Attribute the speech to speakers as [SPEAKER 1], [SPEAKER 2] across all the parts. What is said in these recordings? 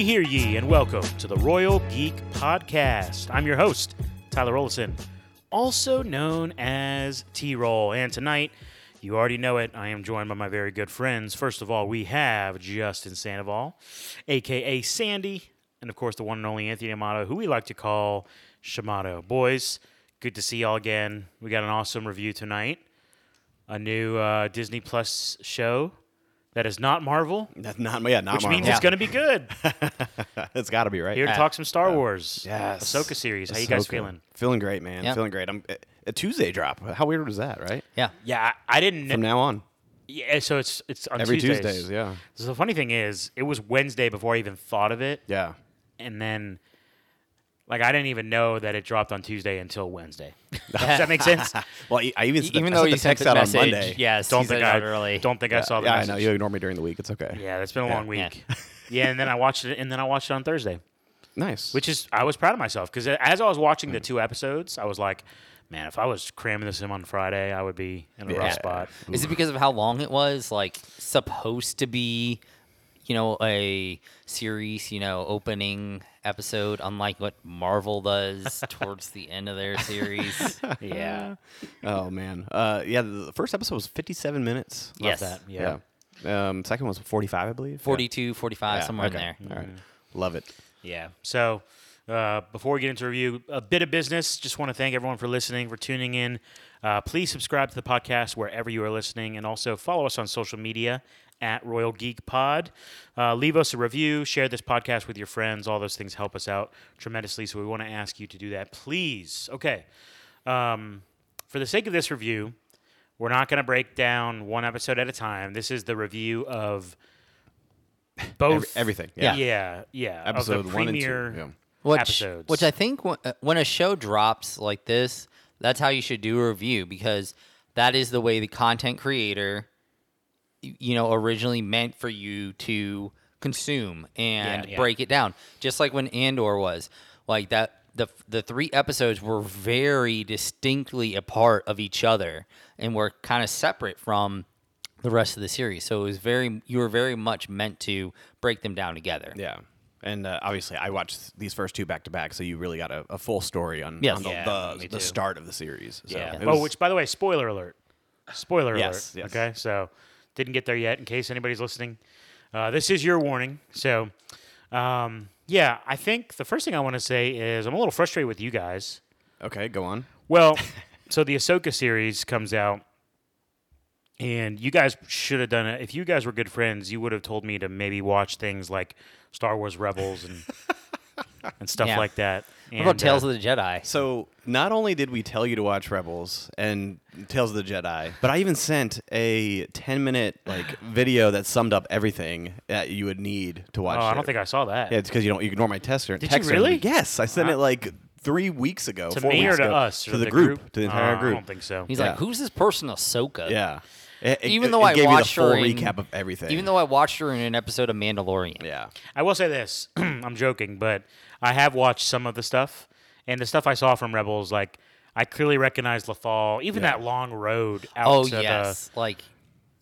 [SPEAKER 1] and welcome to the Royal Geek Podcast. I'm your host, Tyler Olson, also known as T Roll. And tonight, you already know it, I am joined by my very good friends. First of all, we have Justin Sandoval, aka Sandy, and of course, the one and only Anthony Amato, who we like to call Shamato. Boys, good to see y'all again. We got an awesome review tonight, a new uh, Disney Plus show. That is not Marvel,
[SPEAKER 2] That's not yeah, not
[SPEAKER 1] which
[SPEAKER 2] Marvel.
[SPEAKER 1] means it's going to be good.
[SPEAKER 2] it's got to be right.
[SPEAKER 1] Here to
[SPEAKER 2] Uh,
[SPEAKER 1] talk some Star Wars.
[SPEAKER 2] yes.
[SPEAKER 1] Ahsoka series. How you guys
[SPEAKER 2] Ahsoka.
[SPEAKER 1] feeling?
[SPEAKER 2] Feeling great, man.
[SPEAKER 3] Yeah.
[SPEAKER 2] Feeling great. I'm uh, a Tuesday drop. How weird was that, right?
[SPEAKER 3] Yeah.
[SPEAKER 1] Yeah, I I didn't.
[SPEAKER 2] From
[SPEAKER 1] know.
[SPEAKER 2] now on,
[SPEAKER 1] yeah, so it's it's on
[SPEAKER 2] every
[SPEAKER 1] Tuesdays.
[SPEAKER 2] Tuesdays. yeah,
[SPEAKER 1] So the funny thing is, it was Wednesday before I even thought of it,
[SPEAKER 2] yeah.
[SPEAKER 1] and then like I didn't even know that it dropped on Tuesday until Wedgday. Does that make sense?
[SPEAKER 2] Well, e, I- I
[SPEAKER 1] E,
[SPEAKER 2] even sent the-
[SPEAKER 3] Even
[SPEAKER 2] I
[SPEAKER 3] though
[SPEAKER 2] sent
[SPEAKER 3] you
[SPEAKER 2] the
[SPEAKER 3] sent
[SPEAKER 2] text
[SPEAKER 3] the
[SPEAKER 2] out
[SPEAKER 3] message,
[SPEAKER 2] on Monday.
[SPEAKER 3] yes,
[SPEAKER 1] Don't
[SPEAKER 3] he sent
[SPEAKER 1] think
[SPEAKER 3] it
[SPEAKER 1] I
[SPEAKER 3] out early.
[SPEAKER 1] don't think I saw the
[SPEAKER 2] yeah, I
[SPEAKER 1] message.
[SPEAKER 2] know you ignore me during the week. It's okay.
[SPEAKER 1] Yeah, it's been a long
[SPEAKER 3] yeah.
[SPEAKER 1] week. Yeah. and then I watched it, and then I watched it on Thursday,
[SPEAKER 2] Nice.
[SPEAKER 1] which is I was proud of myself because as I was watching
[SPEAKER 2] Hmm.
[SPEAKER 1] the two episodes, I was like, man, if I was cramming this in on Friday, I would be in a rough
[SPEAKER 2] Yeah.
[SPEAKER 1] spot.
[SPEAKER 3] Is it because of how long it was? Like supposed to be, you know, a series, you know, opening episode, unlike what Marvel does towards the end of their series.
[SPEAKER 1] Yeah.
[SPEAKER 2] oh man. Uh, yeah. The the first episode was 57 minutes. Love
[SPEAKER 3] Yes.
[SPEAKER 2] that.
[SPEAKER 1] Yeah.
[SPEAKER 2] Yeah. Um, second one was 45, I believe.
[SPEAKER 3] 42, 45,
[SPEAKER 2] Yeah,
[SPEAKER 3] somewhere
[SPEAKER 2] okay.
[SPEAKER 3] in there.
[SPEAKER 2] All right. Love it.
[SPEAKER 1] Yeah. So uh, before we get into review, a bit of business. Just want to thank everyone for listening, for tuning in. Uh, please subscribe to the podcast wherever you are listening, and also follow us on social media at Royal Geek Pod. Uh, leave us a review, share this podcast with your friends. All those things help us out tremendously. So we want to ask you to do that, please. Okay. Um, for the sake of this review, we're not going to break down one episode at a time. This is the review of both
[SPEAKER 2] Every- everything.
[SPEAKER 1] Oh, Yeah,
[SPEAKER 2] Yeah.
[SPEAKER 1] yeah, yeah.
[SPEAKER 2] Episode
[SPEAKER 1] of the
[SPEAKER 2] one and two,
[SPEAKER 1] premiere
[SPEAKER 2] yeah.
[SPEAKER 3] Which,
[SPEAKER 1] episodes.
[SPEAKER 3] which I think when, uh, when a show drops like this, that's how you should do a review because that is the way the content creator, y- you know, originally meant for you to consume and
[SPEAKER 1] Yeah, yeah.
[SPEAKER 3] break it down. Just like when Andor was, like that, the the three episodes were very distinctly a part of each other and were kind of separate from the rest of the series. So it was very you were very much meant to break them down together.
[SPEAKER 2] Yeah. And uh, obviously, I watched these first two back to back, so you really got a, a full story on,
[SPEAKER 3] Yes.
[SPEAKER 2] on the,
[SPEAKER 3] Yeah,
[SPEAKER 2] the,
[SPEAKER 1] me
[SPEAKER 2] the
[SPEAKER 1] too.
[SPEAKER 2] start of the series. So
[SPEAKER 1] yeah.
[SPEAKER 2] it
[SPEAKER 1] oh,
[SPEAKER 2] was-
[SPEAKER 1] which by the way, spoiler alert. Spoiler
[SPEAKER 2] Yes,
[SPEAKER 1] alert.
[SPEAKER 2] yes.
[SPEAKER 1] Okay, so didn't get there yet. In case anybody's listening, uh, this is your warning. So, um, yeah, I think the first thing I want to say is I'm a little frustrated with you guys.
[SPEAKER 2] Okay, go on.
[SPEAKER 1] Well, so the Ahsoka series comes out, and you guys should have done it. If you guys were good friends, you would have told me to maybe watch things like Star Wars Rebels and and stuff
[SPEAKER 3] Yeah.
[SPEAKER 1] like that. uh,
[SPEAKER 3] What about Tales of the Jedi?
[SPEAKER 2] So not only did we tell you to watch Rebels and Tales of the Jedi, but I even sent a ten minute like video that summed up everything that you would need to watch.
[SPEAKER 1] Oh, I
[SPEAKER 2] it.
[SPEAKER 1] don't think I saw that.
[SPEAKER 2] Yeah, it's because you don't you ignore my tester.
[SPEAKER 1] you
[SPEAKER 2] text
[SPEAKER 1] really? Uh,
[SPEAKER 2] early. Yes, I sent it like three weeks ago.
[SPEAKER 1] to
[SPEAKER 2] four
[SPEAKER 1] me or
[SPEAKER 2] weeks
[SPEAKER 1] to
[SPEAKER 2] ago,
[SPEAKER 1] us or
[SPEAKER 2] to the, group, to the
[SPEAKER 1] Uh,
[SPEAKER 2] entire group.
[SPEAKER 1] I don't think so.
[SPEAKER 3] He's
[SPEAKER 2] Yeah.
[SPEAKER 3] like, who's this person Ahsoka?
[SPEAKER 2] yeah, It- it-
[SPEAKER 3] Even
[SPEAKER 2] it-
[SPEAKER 3] though
[SPEAKER 2] it
[SPEAKER 3] I
[SPEAKER 2] gave
[SPEAKER 3] watched
[SPEAKER 2] you the
[SPEAKER 3] her
[SPEAKER 2] full
[SPEAKER 3] in-
[SPEAKER 2] recap of everything.
[SPEAKER 3] Even though I watched her in an episode of Mandalorian.
[SPEAKER 2] yeah,
[SPEAKER 1] I will say this. I'm joking, but I have watched some of the stuff, and the stuff I saw from Rebels, like I clearly recognize Lafal, even
[SPEAKER 2] Yeah.
[SPEAKER 1] that long road out
[SPEAKER 3] Oh
[SPEAKER 1] to
[SPEAKER 3] yes, like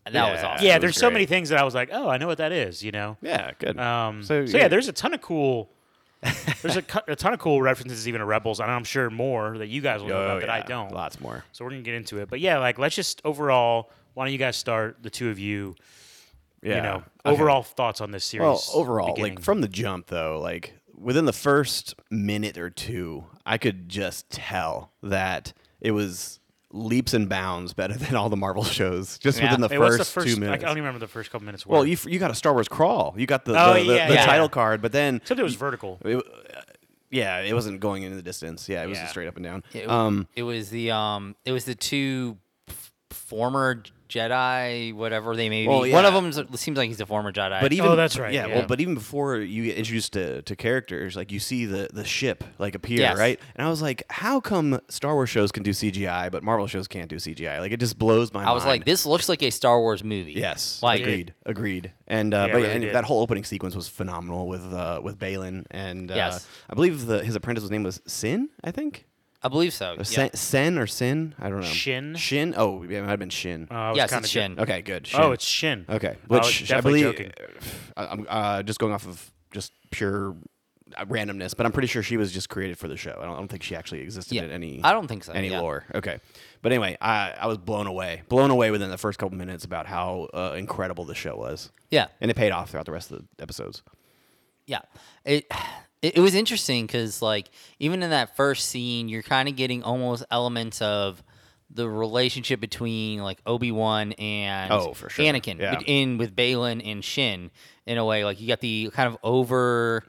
[SPEAKER 3] that was
[SPEAKER 2] Yeah.
[SPEAKER 1] the.
[SPEAKER 3] awesome.
[SPEAKER 1] uh, Yeah,
[SPEAKER 2] That was
[SPEAKER 1] there's so
[SPEAKER 2] great.
[SPEAKER 1] many things that I was like, oh, I know what that is, you know.
[SPEAKER 2] yeah, good.
[SPEAKER 1] Um, so, yeah, there's a ton of cool. there's a, cu- a ton of cool references even to Rebels, and I'm sure more that you guys will know
[SPEAKER 2] oh,
[SPEAKER 1] about that I
[SPEAKER 2] yeah,
[SPEAKER 1] don't.
[SPEAKER 2] Lots more.
[SPEAKER 1] So we're gonna get into it, but yeah, like let's just overall. Why don't you guys start the two of you?
[SPEAKER 2] Yeah.
[SPEAKER 1] You know,
[SPEAKER 2] Okay.
[SPEAKER 1] overall thoughts on this series.
[SPEAKER 2] Well, overall,
[SPEAKER 1] beginning.
[SPEAKER 2] like from the jump, though, like within the first minute or two, I could just tell that it was leaps and bounds better than all the Marvel shows. Just
[SPEAKER 3] Yeah.
[SPEAKER 2] within the
[SPEAKER 1] Wait, what's
[SPEAKER 2] first,
[SPEAKER 1] the first?
[SPEAKER 2] two
[SPEAKER 1] like,
[SPEAKER 2] minutes.
[SPEAKER 1] I don't even remember the first couple minutes.
[SPEAKER 2] well,
[SPEAKER 1] were.
[SPEAKER 2] you f- you got a Star Wars crawl. You got the
[SPEAKER 1] Oh,
[SPEAKER 2] the, the,
[SPEAKER 1] yeah,
[SPEAKER 2] the
[SPEAKER 3] yeah.
[SPEAKER 2] title card, but then
[SPEAKER 1] except it was vertical.
[SPEAKER 2] it, w- uh, yeah, it wasn't going into the distance. Yeah, it was
[SPEAKER 1] Yeah.
[SPEAKER 2] just straight up and down.
[SPEAKER 3] It,
[SPEAKER 2] um,
[SPEAKER 3] it was the um, it was the two f- former Jedi, whatever they may be.
[SPEAKER 2] Well,
[SPEAKER 3] One of
[SPEAKER 2] yeah.
[SPEAKER 3] them seems like he's a former Jedi.
[SPEAKER 2] But even
[SPEAKER 1] oh, that's right,
[SPEAKER 2] Yeah,
[SPEAKER 1] yeah.
[SPEAKER 2] Well, but even before you get introduced to, to characters, like you see the the ship like appear,
[SPEAKER 3] Yes.
[SPEAKER 2] right? And I was like, how come Star Wars shows can do CGI, but Marvel shows can't do CGI? Like it just blows my mind.
[SPEAKER 3] I was like, this looks like a Star Wars movie.
[SPEAKER 2] Yes,
[SPEAKER 3] like
[SPEAKER 2] agreed, agreed. And uh,
[SPEAKER 1] Yeah,
[SPEAKER 2] but
[SPEAKER 1] it really
[SPEAKER 2] and
[SPEAKER 1] did.
[SPEAKER 2] that whole opening sequence was phenomenal with uh, with Balin and uh,
[SPEAKER 3] Yes.
[SPEAKER 2] I believe the, his apprentice's name was Sin, I think.
[SPEAKER 3] I believe so. Yeah.
[SPEAKER 2] Or Sen, Sen or Sin, I don't know.
[SPEAKER 1] Shin?
[SPEAKER 2] Shin. Oh, yeah, it might have been Shin.
[SPEAKER 1] Oh, I was
[SPEAKER 3] yes,
[SPEAKER 1] kinda
[SPEAKER 3] it's
[SPEAKER 1] jo-
[SPEAKER 3] Shin.
[SPEAKER 2] okay, good. Shin.
[SPEAKER 1] Oh, it's Shin.
[SPEAKER 2] Okay,
[SPEAKER 1] I was
[SPEAKER 2] which I,
[SPEAKER 1] Oh, definitely
[SPEAKER 2] believe
[SPEAKER 1] joking.
[SPEAKER 2] I- I'm uh, just going off of just pure uh, randomness, but I'm pretty sure she was just created for the show. I don't, I don't think she actually existed
[SPEAKER 3] Yeah.
[SPEAKER 2] in any.
[SPEAKER 3] I don't think so,
[SPEAKER 2] Any
[SPEAKER 3] yeah.
[SPEAKER 2] lore. Okay, but anyway, I, I was blown away, blown away within the first couple minutes about how uh, incredible the show was.
[SPEAKER 3] Yeah.
[SPEAKER 2] and it paid off throughout the rest of the episodes.
[SPEAKER 3] Yeah. It it, it was interesting cuz like even in that first scene you're kind of getting almost elements of the relationship between like Obi-Wan and
[SPEAKER 2] Oh, for sure.
[SPEAKER 3] Anakin
[SPEAKER 2] Yeah.
[SPEAKER 3] in with Balin and Shin in a way like you got the kind of over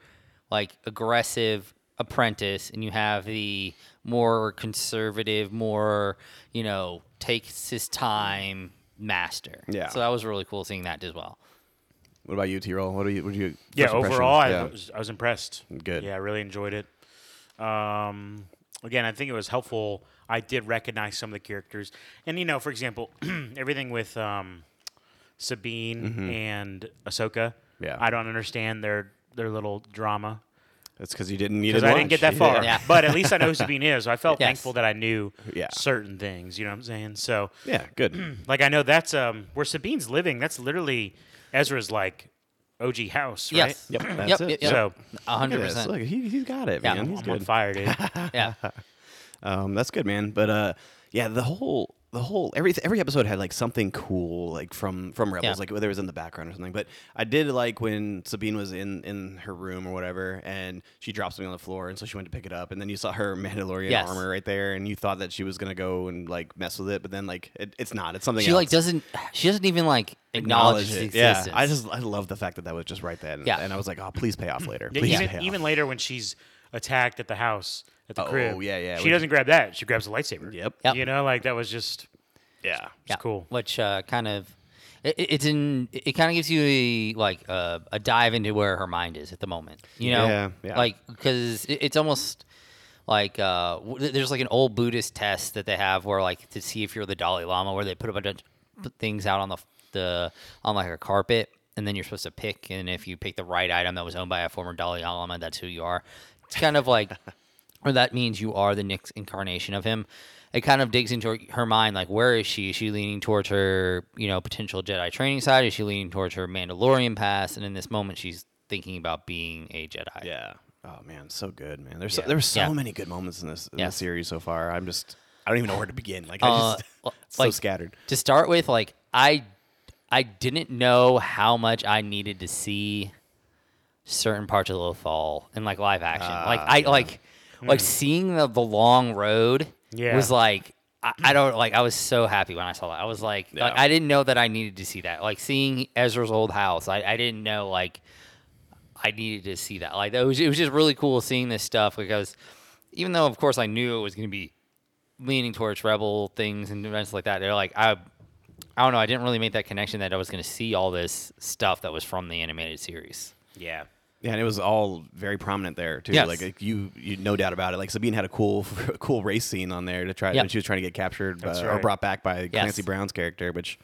[SPEAKER 3] like aggressive apprentice and you have the more conservative, more, you know, takes his time master.
[SPEAKER 2] Yeah.
[SPEAKER 3] So that was really cool seeing that as well.
[SPEAKER 2] What about you, T. Roll? What do you? What do you?
[SPEAKER 1] yeah,
[SPEAKER 2] first impressions?
[SPEAKER 1] overall, I,
[SPEAKER 2] Yeah.
[SPEAKER 1] was, I was impressed.
[SPEAKER 2] Good.
[SPEAKER 1] Yeah, I really enjoyed it. Um, again, I think it was helpful. I did recognize some of the characters, and you know, for example, everything with um, Sabine and Ahsoka.
[SPEAKER 2] Mm-hmm. Yeah.
[SPEAKER 1] I don't understand their their little drama
[SPEAKER 2] That's because you didn't need it.
[SPEAKER 1] because I didn't get that
[SPEAKER 2] much.
[SPEAKER 1] far.
[SPEAKER 3] Yeah.
[SPEAKER 1] But at least I know who Sabine is. I felt
[SPEAKER 3] Yes.
[SPEAKER 1] thankful that I knew
[SPEAKER 2] Yeah.
[SPEAKER 1] certain things. You know what I'm saying? So
[SPEAKER 2] Yeah, good.
[SPEAKER 1] like I know that's um where Sabine's living. That's literally Ezra's like OG house, right?
[SPEAKER 3] Yes.
[SPEAKER 2] Yep, that's
[SPEAKER 3] yep,
[SPEAKER 2] it.
[SPEAKER 3] Yep, yep.
[SPEAKER 1] So
[SPEAKER 3] A
[SPEAKER 2] Look
[SPEAKER 3] hundred
[SPEAKER 2] at this.
[SPEAKER 3] percent.
[SPEAKER 2] Look, he, he's got it,
[SPEAKER 3] Yeah.
[SPEAKER 2] man. He's
[SPEAKER 1] I'm on
[SPEAKER 2] good.
[SPEAKER 1] fire, dude.
[SPEAKER 3] Yeah.
[SPEAKER 2] Um, that's good, man. But uh, yeah, the whole the whole every every episode had like something cool like from from Rebels,
[SPEAKER 3] Yeah.
[SPEAKER 2] like whether it was in the background or something. But I did like when Sabine was in in her room or whatever, and she dropped something on the floor, and so she went to pick it up, and then you saw her Mandalorian
[SPEAKER 3] Yes.
[SPEAKER 2] armor right there, and you thought that she was gonna go and like mess with it, but then like it, it's not. It's something
[SPEAKER 3] She
[SPEAKER 2] else.
[SPEAKER 3] like doesn't. She doesn't even like acknowledge, its
[SPEAKER 2] it. Yeah,
[SPEAKER 3] existence.
[SPEAKER 2] I just I love the fact that that was just right then.
[SPEAKER 3] Yeah.
[SPEAKER 2] and I was like, oh, please pay off later.
[SPEAKER 1] Yeah,
[SPEAKER 2] Please
[SPEAKER 1] even,
[SPEAKER 2] pay off.
[SPEAKER 1] even later when she's attacked at the house at the
[SPEAKER 2] Oh,
[SPEAKER 1] crib.
[SPEAKER 2] yeah, yeah,
[SPEAKER 1] She
[SPEAKER 2] when-
[SPEAKER 1] doesn't grab that. She grabs a lightsaber.
[SPEAKER 2] Yep.
[SPEAKER 3] Yep.
[SPEAKER 1] You know, like that was just
[SPEAKER 2] yeah.
[SPEAKER 1] it's cool.
[SPEAKER 3] Which uh, kind of it, it- it's in. It kind of gives you a like uh, a dive into where her mind is at the moment. You know,
[SPEAKER 2] Yeah, yeah.
[SPEAKER 3] like because it, it's almost like uh, w- th- there's like an old Buddhist test that they have where like to see if you're the Dalai Lama, where they put a bunch of put things out on the the on like a carpet. And then you're supposed to pick, and if you pick the right item that was owned by a former Dalai Lama, that's who you are. It's kind of like or that means you are the next incarnation of him. It kind of digs into her, her mind, like where is she? Is she leaning towards her, you know, potential Jedi training side? Is she leaning towards her Mandalorian past? And in this moment, she's thinking about being a Jedi.
[SPEAKER 2] Yeah. Oh man, so good, man. There's so, there were so
[SPEAKER 3] Yeah.
[SPEAKER 2] many good moments in this in
[SPEAKER 3] Yeah.
[SPEAKER 2] this series so far. I'm just I don't even know where to begin. Like I
[SPEAKER 3] Uh,
[SPEAKER 2] just
[SPEAKER 3] l-
[SPEAKER 2] so
[SPEAKER 3] like-
[SPEAKER 2] scattered.
[SPEAKER 3] To start with, like I, I didn't know how much I needed to see certain parts of Lothal in like live action. like I like like seeing the the long road
[SPEAKER 1] Yeah.
[SPEAKER 3] was like I, I don't like I was so happy when I saw that. I was like, like
[SPEAKER 2] Mm-hmm. Yeah.
[SPEAKER 3] I didn't know that I needed to see that. Like seeing Ezra's old house, I, I didn't know like I needed to see that. Like that was it was just really cool seeing this stuff because even though of course I knew it was gonna be leaning towards rebel things and events like that, they're like I I don't know, I didn't really make that connection that I was gonna see all this stuff that was from the animated series.
[SPEAKER 1] Yeah.
[SPEAKER 2] Yeah, and it was all very prominent there too.
[SPEAKER 3] Yes.
[SPEAKER 2] Like, like, you, you no doubt about it. Like Sabine had a cool, a cool race scene on there to try
[SPEAKER 3] Yeah.
[SPEAKER 2] when she was trying to get captured uh,
[SPEAKER 1] That's
[SPEAKER 2] or
[SPEAKER 1] right.
[SPEAKER 2] brought back by Clancy Brown's character, which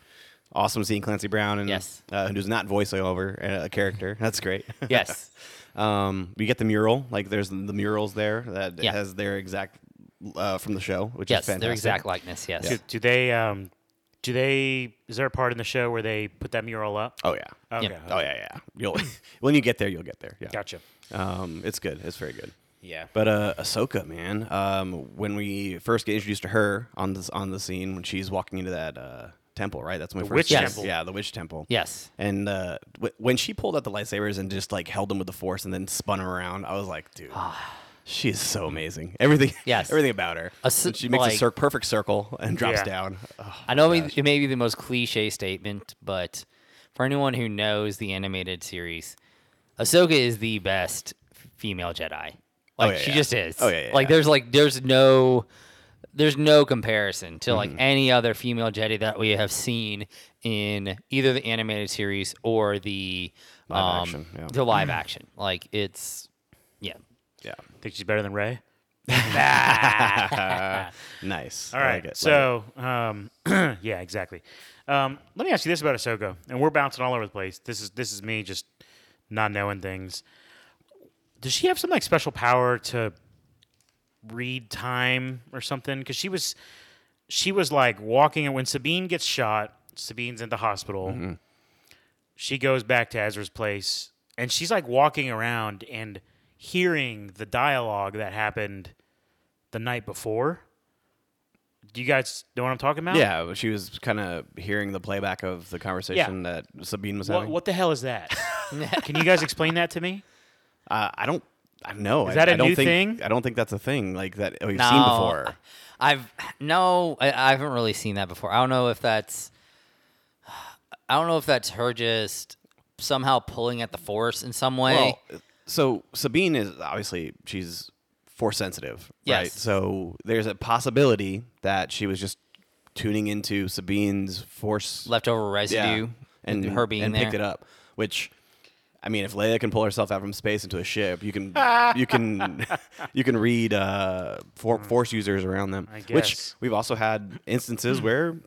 [SPEAKER 2] awesome seeing Clancy Brown and
[SPEAKER 3] Yes.
[SPEAKER 2] uh, who's not voiceover uh, a character. That's great.
[SPEAKER 3] Yes.
[SPEAKER 2] Um, you get the mural. Like there's the murals there that
[SPEAKER 3] Yeah.
[SPEAKER 2] has their exact uh, from the show, which
[SPEAKER 3] yes,
[SPEAKER 2] is fantastic.
[SPEAKER 3] their exact likeness. Yes.
[SPEAKER 1] Do, do they um do they is there a part in the show where they put that mural up?
[SPEAKER 2] Oh yeah.
[SPEAKER 1] Okay.
[SPEAKER 3] Yeah.
[SPEAKER 2] Oh yeah, yeah. You'll when you get there, you'll get there. Yeah.
[SPEAKER 1] Gotcha.
[SPEAKER 2] Um, it's good. It's very good.
[SPEAKER 1] Yeah.
[SPEAKER 2] But uh, Ahsoka, man, um, when we first get introduced to her on this on the scene when she's walking into that uh, temple, right? That's when we first
[SPEAKER 1] witch
[SPEAKER 2] get-
[SPEAKER 1] temple.
[SPEAKER 2] Yeah, the witch temple.
[SPEAKER 3] Yes.
[SPEAKER 2] And uh, w- when she pulled out the lightsabers and just like held them with the force and then spun 'em around, I was like, dude,
[SPEAKER 1] Ah.
[SPEAKER 2] she is so amazing. Everything,
[SPEAKER 3] Yes.
[SPEAKER 2] everything about her.
[SPEAKER 3] Ahso-
[SPEAKER 2] And she makes a
[SPEAKER 3] like-
[SPEAKER 2] cir- perfect circle and drops
[SPEAKER 1] Yeah.
[SPEAKER 2] down. Oh,
[SPEAKER 3] I know it it may be the most cliche statement, but for anyone who knows the animated series, Ahsoka is the best female Jedi. Like
[SPEAKER 2] yeah,
[SPEAKER 3] she
[SPEAKER 2] yeah.
[SPEAKER 3] just is.
[SPEAKER 2] Oh, yeah, yeah,
[SPEAKER 3] like
[SPEAKER 2] yeah.
[SPEAKER 3] there's like there's no there's no comparison to
[SPEAKER 2] Mm-hmm.
[SPEAKER 3] like any other female Jedi that we have seen in either the animated series or the
[SPEAKER 2] Live
[SPEAKER 3] um,
[SPEAKER 2] action, yeah.
[SPEAKER 3] the live action. Like it's yeah.
[SPEAKER 2] yeah,
[SPEAKER 1] Think she's better than Ray?
[SPEAKER 2] nice.
[SPEAKER 1] All
[SPEAKER 2] I
[SPEAKER 1] right.
[SPEAKER 2] like it, like
[SPEAKER 1] so, um, yeah, exactly. Um, let me ask you this about Ahsoka, and we're bouncing all over the place. This is this is me just not knowing things. Does she have some like special power to read time or something? Because she was she was like walking, and when Sabine gets shot, Sabine's in the hospital. She goes back to Ezra's place, and she's like walking around, and hearing the dialogue that happened the night before. Do you guys know what I'm talking about?
[SPEAKER 2] Yeah, but she was kind of hearing the playback of the conversation that Sabine was
[SPEAKER 1] What,
[SPEAKER 2] having.
[SPEAKER 1] what the hell is that? Can you guys explain that to me?
[SPEAKER 2] Uh, I don't. I know.
[SPEAKER 1] Is
[SPEAKER 2] I-
[SPEAKER 1] that a
[SPEAKER 2] I don't
[SPEAKER 1] new
[SPEAKER 2] think,
[SPEAKER 1] thing?
[SPEAKER 2] I don't think that's a thing like that we've seen before.
[SPEAKER 3] I've no, I, I haven't really seen that before. I don't know if that's, I don't know if that's her just somehow pulling at the force in some way.
[SPEAKER 2] Well, so Sabine is obviously she's force sensitive, right?
[SPEAKER 3] Yes.
[SPEAKER 2] So there's a possibility that she was just tuning into Sabine's force
[SPEAKER 3] Leftover
[SPEAKER 2] yeah,
[SPEAKER 3] residue
[SPEAKER 2] and
[SPEAKER 3] her being
[SPEAKER 2] and
[SPEAKER 3] there.
[SPEAKER 2] picked it up, which. I mean, if Leia can pull herself out from space into a ship, you can you can you can read uh, for, force users around them.
[SPEAKER 1] Mm. I
[SPEAKER 2] Which
[SPEAKER 1] guess. Mm.
[SPEAKER 2] we've also had instances where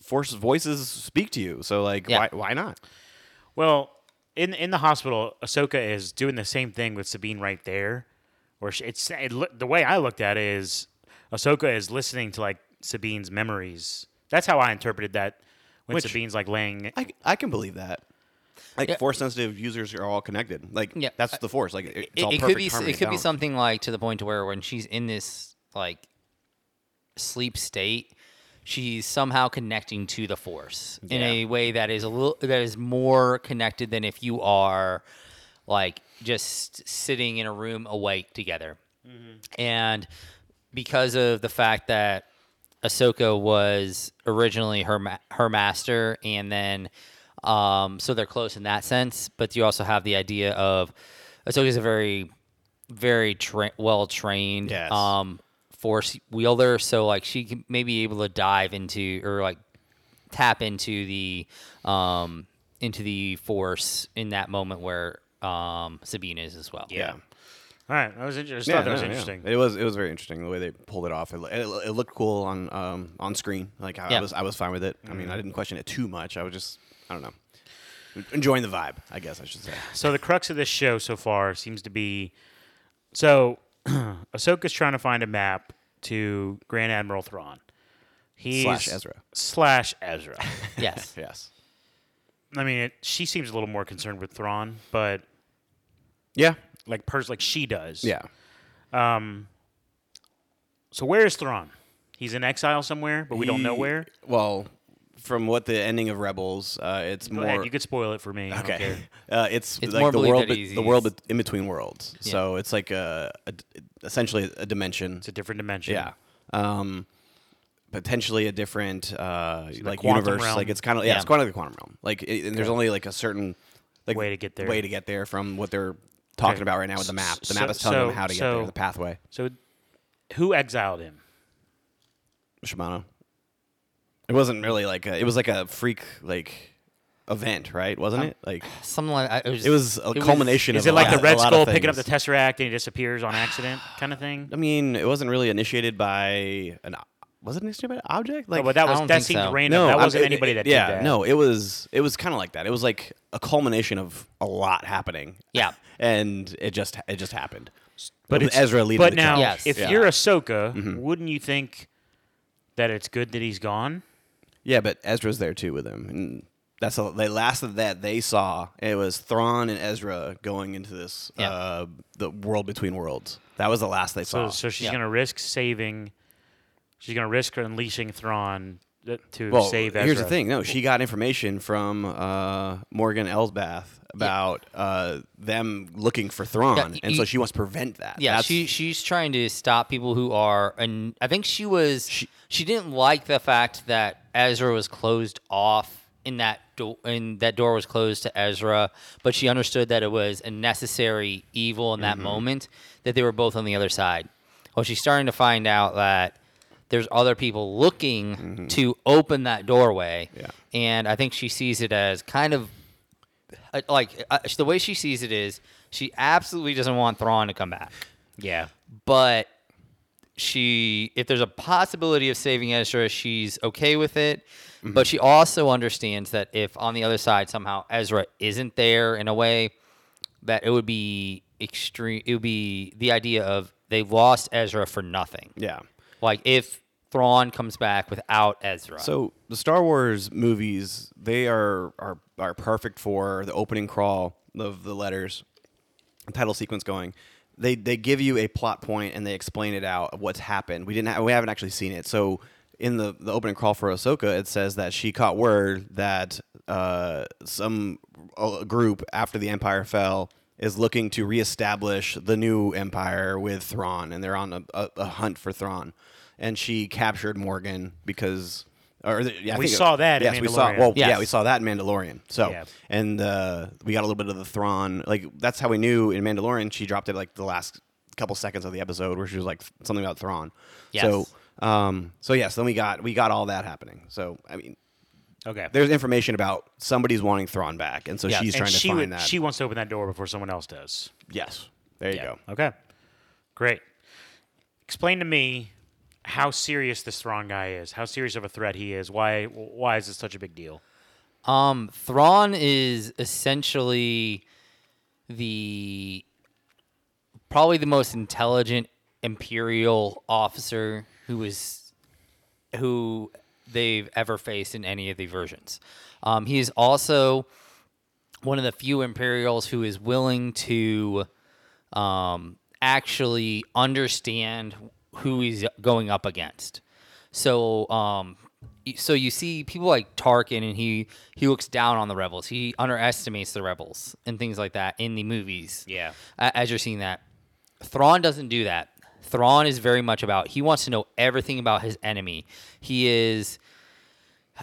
[SPEAKER 2] force voices speak to you. So like,
[SPEAKER 3] Yeah.
[SPEAKER 2] why why not?
[SPEAKER 1] Well, in in the hospital, Ahsoka is doing the same thing with Sabine right there, where she, it's it, loo- the way I looked at it is Ahsoka is listening to like Sabine's memories. That's how I interpreted that when
[SPEAKER 2] Which-
[SPEAKER 1] Sabine's like laying.
[SPEAKER 2] I, I can believe that. Like
[SPEAKER 3] Yeah.
[SPEAKER 2] force sensitive users are all connected. Like
[SPEAKER 3] Yeah.
[SPEAKER 2] that's the force. Like it, it's
[SPEAKER 3] it,
[SPEAKER 2] all
[SPEAKER 3] it
[SPEAKER 2] perfect
[SPEAKER 3] could be s-
[SPEAKER 2] harmony
[SPEAKER 3] it could be
[SPEAKER 2] balance.
[SPEAKER 3] something like to the point to where when she's in this like sleep state she's somehow connecting to the force in a way that is a little that is more connected than if you are like just sitting in a room awake together and because of the fact that Ahsoka was originally her ma- her master, and then um, so they're close in that sense. But you also have the idea of Ahsoka's a very, very tra- well trained
[SPEAKER 2] Yes.
[SPEAKER 3] um, force wielder, so like she can maybe be able to dive into or like tap into the um, into the force in that moment where um, Sabine is as well.
[SPEAKER 2] Yeah.
[SPEAKER 1] All right, that was interesting.
[SPEAKER 2] Yeah,
[SPEAKER 1] that was
[SPEAKER 2] no, yeah.
[SPEAKER 1] interesting.
[SPEAKER 2] It was it was very interesting the way they pulled it off. It, lo- it, lo- it looked cool on um, on screen. Like I, I
[SPEAKER 3] Yeah.
[SPEAKER 2] was I was fine with it. I
[SPEAKER 1] Mm-hmm.
[SPEAKER 2] mean I didn't question it too much. I was just I don't know enjoying the vibe. I guess I should say.
[SPEAKER 1] So the crux of this show so far seems to be so Ahsoka's trying to find a map to Grand Admiral Thrawn. He's
[SPEAKER 2] Slash Ezra.
[SPEAKER 1] Slash Ezra.
[SPEAKER 3] Yes.
[SPEAKER 2] Yes.
[SPEAKER 1] I mean, it, she seems a little more concerned with Thrawn, but
[SPEAKER 2] Yeah.
[SPEAKER 1] like pers- like she does.
[SPEAKER 2] Yeah.
[SPEAKER 1] So where is Thrawn? He's in exile somewhere, but we don't know
[SPEAKER 2] He-
[SPEAKER 1] where.
[SPEAKER 2] Well, from what the ending of Rebels, uh, it's
[SPEAKER 1] Go
[SPEAKER 2] more
[SPEAKER 1] ahead, you could spoil it for me. I don't
[SPEAKER 2] Okay.
[SPEAKER 1] care.
[SPEAKER 2] Uh, it's,
[SPEAKER 3] It's
[SPEAKER 2] like
[SPEAKER 3] more
[SPEAKER 2] the
[SPEAKER 3] believed
[SPEAKER 2] world,
[SPEAKER 3] that
[SPEAKER 2] be-
[SPEAKER 3] he's-
[SPEAKER 2] the world be- in between worlds. So it's like a, a d- essentially a dimension.
[SPEAKER 1] It's a different dimension.
[SPEAKER 2] Yeah. Um, potentially a different uh, like
[SPEAKER 1] quantum
[SPEAKER 2] universe.
[SPEAKER 1] realm.
[SPEAKER 2] Like it's kind of yeah,
[SPEAKER 3] Yeah.
[SPEAKER 2] it's kind of like the quantum realm. Like it, and there's only like a certain like
[SPEAKER 1] Way to get there.
[SPEAKER 2] Way to get there from what they're talking
[SPEAKER 1] Okay.
[SPEAKER 2] about right now with the map. The
[SPEAKER 1] So-
[SPEAKER 2] map is telling
[SPEAKER 1] so-
[SPEAKER 2] them how to get
[SPEAKER 1] so-
[SPEAKER 2] there. The pathway.
[SPEAKER 1] So who exiled him?
[SPEAKER 2] Shimano. It wasn't really like a, it was like a freak like event, right? Wasn't
[SPEAKER 1] Um,
[SPEAKER 2] it? Like
[SPEAKER 3] Something like it was.
[SPEAKER 2] it was a culmination.
[SPEAKER 1] Is
[SPEAKER 2] of
[SPEAKER 1] it
[SPEAKER 2] a
[SPEAKER 1] like
[SPEAKER 2] lot-
[SPEAKER 1] the Red
[SPEAKER 2] a lot
[SPEAKER 1] Skull
[SPEAKER 2] of
[SPEAKER 1] picking up the
[SPEAKER 2] things.
[SPEAKER 1] Tesseract and he disappears on accident, kind of thing?
[SPEAKER 2] I mean, it wasn't really initiated by an o- was it initiated by an object? Like
[SPEAKER 1] No, Oh, but that
[SPEAKER 3] I
[SPEAKER 1] was
[SPEAKER 3] don't
[SPEAKER 1] that
[SPEAKER 3] think
[SPEAKER 1] seemed
[SPEAKER 3] so.
[SPEAKER 1] random. that
[SPEAKER 2] I'm-
[SPEAKER 1] wasn't
[SPEAKER 2] it-
[SPEAKER 1] anybody
[SPEAKER 2] it-
[SPEAKER 1] that
[SPEAKER 2] yeah,
[SPEAKER 1] did that.
[SPEAKER 2] no, it was it was kind of like that. It was like a culmination of a lot happening.
[SPEAKER 3] Yeah.
[SPEAKER 2] and it just it just happened.
[SPEAKER 1] But
[SPEAKER 2] It was
[SPEAKER 1] it's-
[SPEAKER 2] Ezra leading.
[SPEAKER 1] But
[SPEAKER 2] the
[SPEAKER 1] now,
[SPEAKER 2] charge.
[SPEAKER 3] Yes.
[SPEAKER 1] if
[SPEAKER 2] Yeah. Mm-hmm.
[SPEAKER 1] you're Ahsoka, wouldn't you think that it's good that he's gone?
[SPEAKER 2] yeah, but Ezra's there too with him, and that's the the last of that they saw. It was Thrawn and Ezra going into this
[SPEAKER 3] Yeah.
[SPEAKER 2] uh, the world between worlds. That was the last they
[SPEAKER 1] So,
[SPEAKER 2] saw.
[SPEAKER 1] so she's
[SPEAKER 3] Yeah.
[SPEAKER 1] going to risk saving. She's going to risk unleashing Thrawn th- to
[SPEAKER 2] well,
[SPEAKER 1] save Ezra.
[SPEAKER 2] here's the thing. No, she got information from uh, Morgan Elsbath about uh, them looking for Thrawn,
[SPEAKER 3] y-
[SPEAKER 2] and
[SPEAKER 3] you-
[SPEAKER 2] so she wants to prevent that.
[SPEAKER 3] Yeah,
[SPEAKER 2] That's-
[SPEAKER 3] she she's trying to stop people who are, and I think she was she, didn't like the fact that Ezra was closed off in that door, and that door was closed to Ezra. But she understood that it was a necessary evil in that moment that they were both on the other side. Well, she's starting to find out that there's other people looking to open that doorway,
[SPEAKER 2] Yeah.
[SPEAKER 3] and I think she sees it as kind of uh, like uh, the way she sees it is she absolutely doesn't want Thrawn to come back,
[SPEAKER 1] Yeah.
[SPEAKER 3] but she if there's a possibility of saving Ezra, she's okay with it.
[SPEAKER 2] Mm-hmm.
[SPEAKER 3] But she also understands that if on the other side somehow Ezra isn't there in a way that it would be extreme it would be the idea of they lost Ezra for nothing.
[SPEAKER 2] yeah.
[SPEAKER 3] Like if Thrawn comes back without Ezra.
[SPEAKER 2] So the Star Wars movies, they are are are perfect for the opening crawl of the letters, the title sequence going. they they give you a plot point and they explain it out of what's happened. We didn't ha- we haven't actually seen it. So in the the opening crawl for Ahsoka, it says that she caught word that uh, some uh, group after the Empire fell is looking to reestablish the new Empire with Thrawn, and they're on a, a, a hunt for Thrawn. And she captured Morgan because. Or the- yeah, I
[SPEAKER 1] We
[SPEAKER 2] think it-
[SPEAKER 1] saw that in
[SPEAKER 2] Yes, we saw.
[SPEAKER 1] Mandalorian.
[SPEAKER 2] Well,
[SPEAKER 3] Yes.
[SPEAKER 2] yeah, we saw that in Mandalorian. So
[SPEAKER 1] Yeah.
[SPEAKER 2] and uh, we got a little bit of the Thrawn. Like that's how we knew in Mandalorian. She dropped it like the last couple seconds of the episode where she was like something about Thrawn.
[SPEAKER 3] Yes.
[SPEAKER 2] So um, so yes, then we got we got all that happening. So I mean,
[SPEAKER 1] Okay.
[SPEAKER 2] there's information about somebody's wanting Thrawn back, and so
[SPEAKER 3] Yes.
[SPEAKER 2] she's
[SPEAKER 1] and
[SPEAKER 2] trying to
[SPEAKER 1] she
[SPEAKER 2] find
[SPEAKER 1] would,
[SPEAKER 2] that.
[SPEAKER 1] she wants to open that door before someone else does.
[SPEAKER 2] yes, there you go.
[SPEAKER 1] Okay. Great. Explain to me how serious this Thrawn guy is. How serious of a threat he is. Why why is this such a big deal?
[SPEAKER 3] Um, Thrawn is essentially the probably the most intelligent imperial officer who is who they've ever faced in any of the versions. Um, he is also one of the few Imperials who is willing to um, actually understand who he's going up against. So, um, y- so you see people like Tarkin, and he he looks down on the rebels. He underestimates the rebels and things like that in the movies.
[SPEAKER 1] Yeah.
[SPEAKER 3] a- as you're seeing that, Thrawn doesn't do that. Thrawn is very much about he wants to know everything about his enemy. He is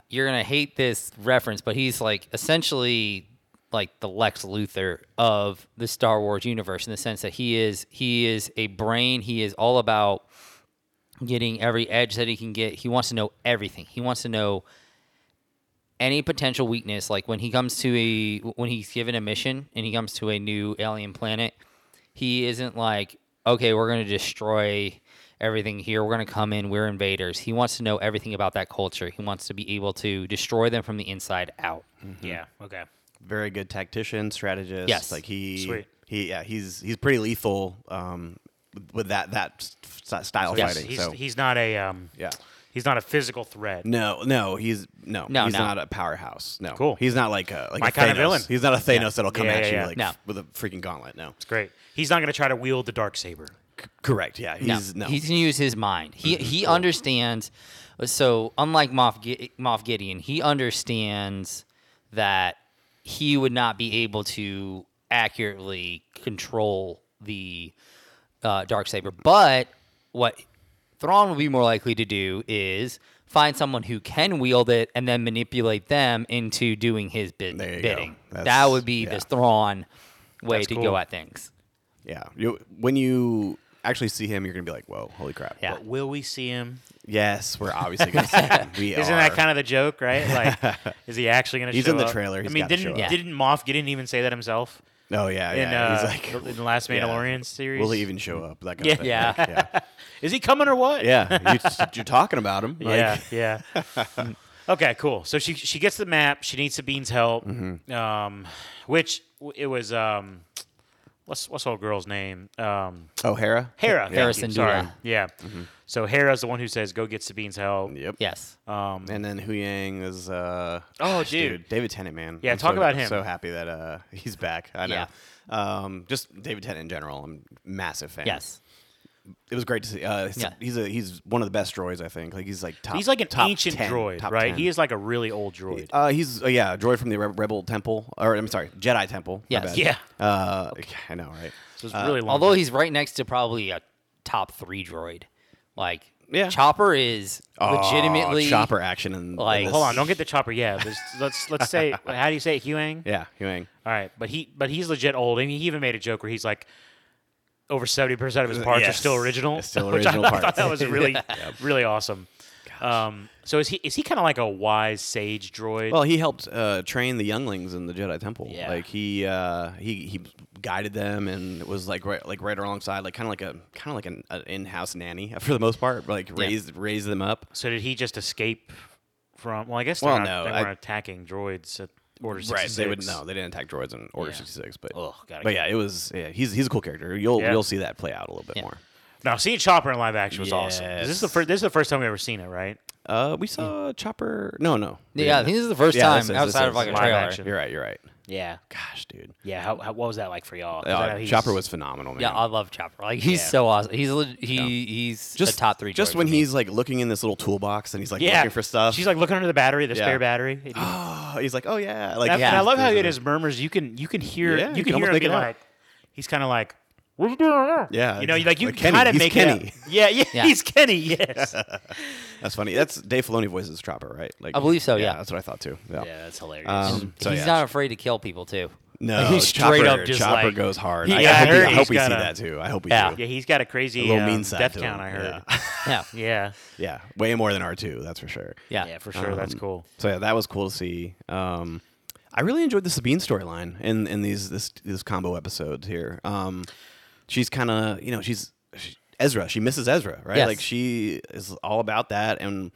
[SPEAKER 3] you're gonna hate this reference, but he's like essentially like the Lex Luthor of the Star Wars universe in the sense that he is he is a brain. He is all about getting every edge that he can get. He wants to know everything. He wants to know any potential weakness. Like when he comes to a when he's given a mission and he comes to a new alien planet, he isn't like, okay, we're gonna destroy everything here. We're gonna come in. We're invaders. He wants to know everything about that culture. He wants to be able to destroy them from the inside out.
[SPEAKER 2] Mm-hmm.
[SPEAKER 1] Yeah. Okay.
[SPEAKER 2] Very good tactician, strategist.
[SPEAKER 3] Yes.
[SPEAKER 2] like he
[SPEAKER 1] Sweet.
[SPEAKER 2] he yeah he's he's pretty lethal um, with- with that that st- style of
[SPEAKER 1] Yes,
[SPEAKER 2] fighting.
[SPEAKER 1] he's,
[SPEAKER 2] so
[SPEAKER 1] he's not a um
[SPEAKER 2] yeah.
[SPEAKER 1] he's not a physical threat.
[SPEAKER 2] No, no, he's no,
[SPEAKER 3] No,
[SPEAKER 2] he's
[SPEAKER 3] no.
[SPEAKER 2] not a powerhouse. No,
[SPEAKER 1] Cool.
[SPEAKER 2] He's not like a like
[SPEAKER 1] My
[SPEAKER 2] a
[SPEAKER 1] kind
[SPEAKER 2] Thanos.
[SPEAKER 1] of villain.
[SPEAKER 2] He's not a Thanos that'll come
[SPEAKER 1] Yeah,
[SPEAKER 2] at
[SPEAKER 1] yeah,
[SPEAKER 2] you
[SPEAKER 1] yeah.
[SPEAKER 2] like
[SPEAKER 3] No.
[SPEAKER 2] f- with a freaking gauntlet. No,
[SPEAKER 1] It's great. He's not going to try to wield the dark saber.
[SPEAKER 2] C- correct. Yeah, he's no. Mm-hmm.
[SPEAKER 3] He's gonna use his mind. He he understands. So unlike Moff Gi- Moff Gideon, he understands that he would not be able to accurately control the uh, dark saber. But what Thrawn would be more likely to do is find someone who can wield it and then manipulate them into doing his bid-
[SPEAKER 2] There you go.
[SPEAKER 3] bidding. That
[SPEAKER 2] That's-
[SPEAKER 3] would be
[SPEAKER 2] yeah.
[SPEAKER 3] the Thrawn way
[SPEAKER 1] That's
[SPEAKER 3] to
[SPEAKER 1] cool.
[SPEAKER 3] go at things.
[SPEAKER 2] yeah. You, when you actually see him, you're gonna be like, "Whoa, holy crap!"
[SPEAKER 3] Yeah.
[SPEAKER 2] But
[SPEAKER 1] But will we see him?
[SPEAKER 2] yes, we're obviously gonna see him. We
[SPEAKER 1] Isn't
[SPEAKER 2] are.
[SPEAKER 1] that kind of the joke, right? Like, is he actually going to?
[SPEAKER 2] He's
[SPEAKER 1] show
[SPEAKER 2] in the
[SPEAKER 1] up?
[SPEAKER 2] trailer.
[SPEAKER 1] I
[SPEAKER 2] He's
[SPEAKER 1] mean,
[SPEAKER 2] gotta
[SPEAKER 1] didn't
[SPEAKER 2] show
[SPEAKER 3] up.
[SPEAKER 1] didn't Moff didn't even say that himself
[SPEAKER 2] Oh yeah,
[SPEAKER 1] in,
[SPEAKER 2] yeah.
[SPEAKER 1] uh,
[SPEAKER 2] he's like,
[SPEAKER 1] in the last
[SPEAKER 2] yeah.
[SPEAKER 1] Mandalorian series?
[SPEAKER 2] "Will he even show up?" That kind
[SPEAKER 1] Yeah.
[SPEAKER 2] of thing.
[SPEAKER 3] Yeah.
[SPEAKER 2] Like, yeah.
[SPEAKER 1] Is he coming or what?
[SPEAKER 2] Yeah, you, you're talking about him. Like,
[SPEAKER 1] yeah, yeah. okay, cool. So she she gets the map. She needs Sabine's help, um, which w- it was. Um, what's what's old girl's name? Um,
[SPEAKER 2] O'Hara.
[SPEAKER 1] Hera.
[SPEAKER 3] Hera
[SPEAKER 1] thank you. Sorry.
[SPEAKER 3] Syndulla.
[SPEAKER 1] Yeah. So Hera's the one who says, "Go get Sabine's help."
[SPEAKER 2] Yep.
[SPEAKER 3] Yes.
[SPEAKER 1] Um,
[SPEAKER 2] And then Hu Yang is uh
[SPEAKER 1] Oh,
[SPEAKER 2] gosh,
[SPEAKER 1] dude.
[SPEAKER 2] David Tennant man.
[SPEAKER 1] Yeah,
[SPEAKER 2] I'm
[SPEAKER 1] talk
[SPEAKER 2] so-
[SPEAKER 1] about him.
[SPEAKER 2] So happy that uh he's back. I know. Um just David Tennant in general. I'm a massive fan.
[SPEAKER 3] Yes.
[SPEAKER 2] It was great to see. Uh he's,
[SPEAKER 3] Yeah.
[SPEAKER 2] he's a he's one of the best droids I think. Like he's like top
[SPEAKER 1] he's like an
[SPEAKER 2] top
[SPEAKER 1] ancient
[SPEAKER 2] 10,
[SPEAKER 1] droid,
[SPEAKER 2] top
[SPEAKER 1] right?
[SPEAKER 2] 10.
[SPEAKER 1] He is like a really old droid.
[SPEAKER 2] uh, he's uh, yeah, a droid from the Re- Rebel Temple, or I'm sorry, Jedi Temple. my
[SPEAKER 3] Yes.
[SPEAKER 2] bad.
[SPEAKER 1] Yeah.
[SPEAKER 2] Uh, I know, right?
[SPEAKER 1] So it's really long.
[SPEAKER 3] Although he's right next to probably a top three droid. Like
[SPEAKER 2] Yeah.
[SPEAKER 3] Chopper is legitimately
[SPEAKER 2] oh, chopper action and
[SPEAKER 3] like-
[SPEAKER 1] hold on, don't get the chopper yet. Let's let's, let's say how do you say it, Huang?
[SPEAKER 2] Yeah, Hu Yang.
[SPEAKER 1] All right, but he but he's legit old. I mean, he even made a joke where he's like, over seventy percent of his parts are
[SPEAKER 2] Yes.
[SPEAKER 1] still original.
[SPEAKER 2] It's still
[SPEAKER 1] which I,
[SPEAKER 2] original
[SPEAKER 1] I thought
[SPEAKER 2] parts.
[SPEAKER 1] that was really really awesome. Um, so is he is he kind of like a wise sage droid?
[SPEAKER 2] Well, he helped uh, train the younglings in the Jedi Temple.
[SPEAKER 1] Yeah.
[SPEAKER 2] Like he uh, he he guided them and was like right like right alongside, like kind of like a kind of like an, an in-house nanny for the most part. Like raised raised them up.
[SPEAKER 1] so did he just escape from? Well, I guess they're
[SPEAKER 2] Well,
[SPEAKER 1] not,
[SPEAKER 2] no,
[SPEAKER 1] they
[SPEAKER 2] I-
[SPEAKER 1] weren't attacking droids at Order sixty six.
[SPEAKER 2] They would no, they didn't attack droids in Order
[SPEAKER 3] Yeah.
[SPEAKER 2] 66, but
[SPEAKER 1] Ugh, gotta
[SPEAKER 2] but
[SPEAKER 1] get-
[SPEAKER 2] yeah, it was yeah, he's he's a cool character. You'll
[SPEAKER 1] Yeah.
[SPEAKER 2] you'll see that play out a little bit
[SPEAKER 3] Yeah.
[SPEAKER 2] more.
[SPEAKER 1] Now seeing Chopper in live action was awesome. This is the
[SPEAKER 2] Yes.
[SPEAKER 1] first. This is the first time we've ever seen it, right?
[SPEAKER 2] Uh, we saw Chopper. No, no.
[SPEAKER 1] Hmm.
[SPEAKER 3] Yeah, I think this is the first
[SPEAKER 2] Yeah,
[SPEAKER 3] time
[SPEAKER 2] this is- this
[SPEAKER 3] outside
[SPEAKER 2] is
[SPEAKER 3] of like a
[SPEAKER 1] live
[SPEAKER 3] trailer.
[SPEAKER 1] action.
[SPEAKER 2] You're right. You're right.
[SPEAKER 1] Yeah.
[SPEAKER 2] Gosh, dude.
[SPEAKER 1] Yeah. How, how what was that like for y'all? 'Cause I know
[SPEAKER 2] Uh,
[SPEAKER 1] he's-
[SPEAKER 2] Chopper was phenomenal, man.
[SPEAKER 3] Yeah, I love Chopper. Like he's
[SPEAKER 1] Yeah.
[SPEAKER 3] so awesome. He's leg- he he's a top three.
[SPEAKER 2] Just
[SPEAKER 3] droid
[SPEAKER 2] when
[SPEAKER 3] for me.
[SPEAKER 2] he's like looking in this little toolbox and he's like
[SPEAKER 1] yeah
[SPEAKER 2] looking for stuff.
[SPEAKER 1] She's like looking under the battery, the
[SPEAKER 2] Yeah.
[SPEAKER 1] spare battery. And
[SPEAKER 2] oh, he's like, oh yeah, like
[SPEAKER 1] And I-
[SPEAKER 2] yeah.
[SPEAKER 1] and I love how in his murmurs you can you can hear
[SPEAKER 2] Yeah,
[SPEAKER 1] you
[SPEAKER 2] you
[SPEAKER 1] can
[SPEAKER 2] can
[SPEAKER 1] hear
[SPEAKER 2] almost
[SPEAKER 1] him
[SPEAKER 2] make
[SPEAKER 1] be
[SPEAKER 2] it up.
[SPEAKER 1] like he's kind of like what you doing there?"
[SPEAKER 2] Yeah,
[SPEAKER 1] you know
[SPEAKER 2] it's
[SPEAKER 1] like you
[SPEAKER 2] like
[SPEAKER 1] can
[SPEAKER 2] Kenny.
[SPEAKER 1] kind of
[SPEAKER 2] He's
[SPEAKER 1] make it up.
[SPEAKER 2] Kenny.
[SPEAKER 1] yeah, yeah
[SPEAKER 3] Yeah.
[SPEAKER 1] he's Kenny yes yeah
[SPEAKER 2] That's funny. That's Dave Filoni voices Chopper, right? Like
[SPEAKER 3] I believe so, yeah.
[SPEAKER 2] that's what I thought too. Yeah.
[SPEAKER 1] that's hilarious
[SPEAKER 2] Um, so
[SPEAKER 3] he's
[SPEAKER 2] yeah.
[SPEAKER 3] not afraid to kill people too.
[SPEAKER 2] No,
[SPEAKER 3] Like, he's straight
[SPEAKER 2] Chopper,
[SPEAKER 3] up just
[SPEAKER 2] Chopper
[SPEAKER 3] like-
[SPEAKER 2] goes hard.
[SPEAKER 1] He-
[SPEAKER 2] I, I
[SPEAKER 1] yeah, I
[SPEAKER 2] hope, we-
[SPEAKER 1] heard
[SPEAKER 2] I
[SPEAKER 1] he's
[SPEAKER 2] hope we
[SPEAKER 1] got
[SPEAKER 2] see
[SPEAKER 1] a-
[SPEAKER 2] that too. I hope we
[SPEAKER 3] Yeah.
[SPEAKER 2] do.
[SPEAKER 1] yeah he's got a crazy
[SPEAKER 2] little
[SPEAKER 1] um,
[SPEAKER 2] mean side
[SPEAKER 1] death
[SPEAKER 2] to
[SPEAKER 1] count
[SPEAKER 2] him,
[SPEAKER 1] I heard
[SPEAKER 2] yeah.
[SPEAKER 3] Yeah,
[SPEAKER 1] yeah. yeah
[SPEAKER 2] Yeah, way more than R2, that's for sure.
[SPEAKER 3] yeah,
[SPEAKER 1] for sure that's
[SPEAKER 2] Um,
[SPEAKER 1] cool
[SPEAKER 2] So yeah, that was cool to see. Um, I really enjoyed the Sabine storyline in in these this this combo episodes here. Um, she's kind of you know she's she, Ezra. She misses Ezra, right?
[SPEAKER 3] Yes.
[SPEAKER 2] Like she is all about that, and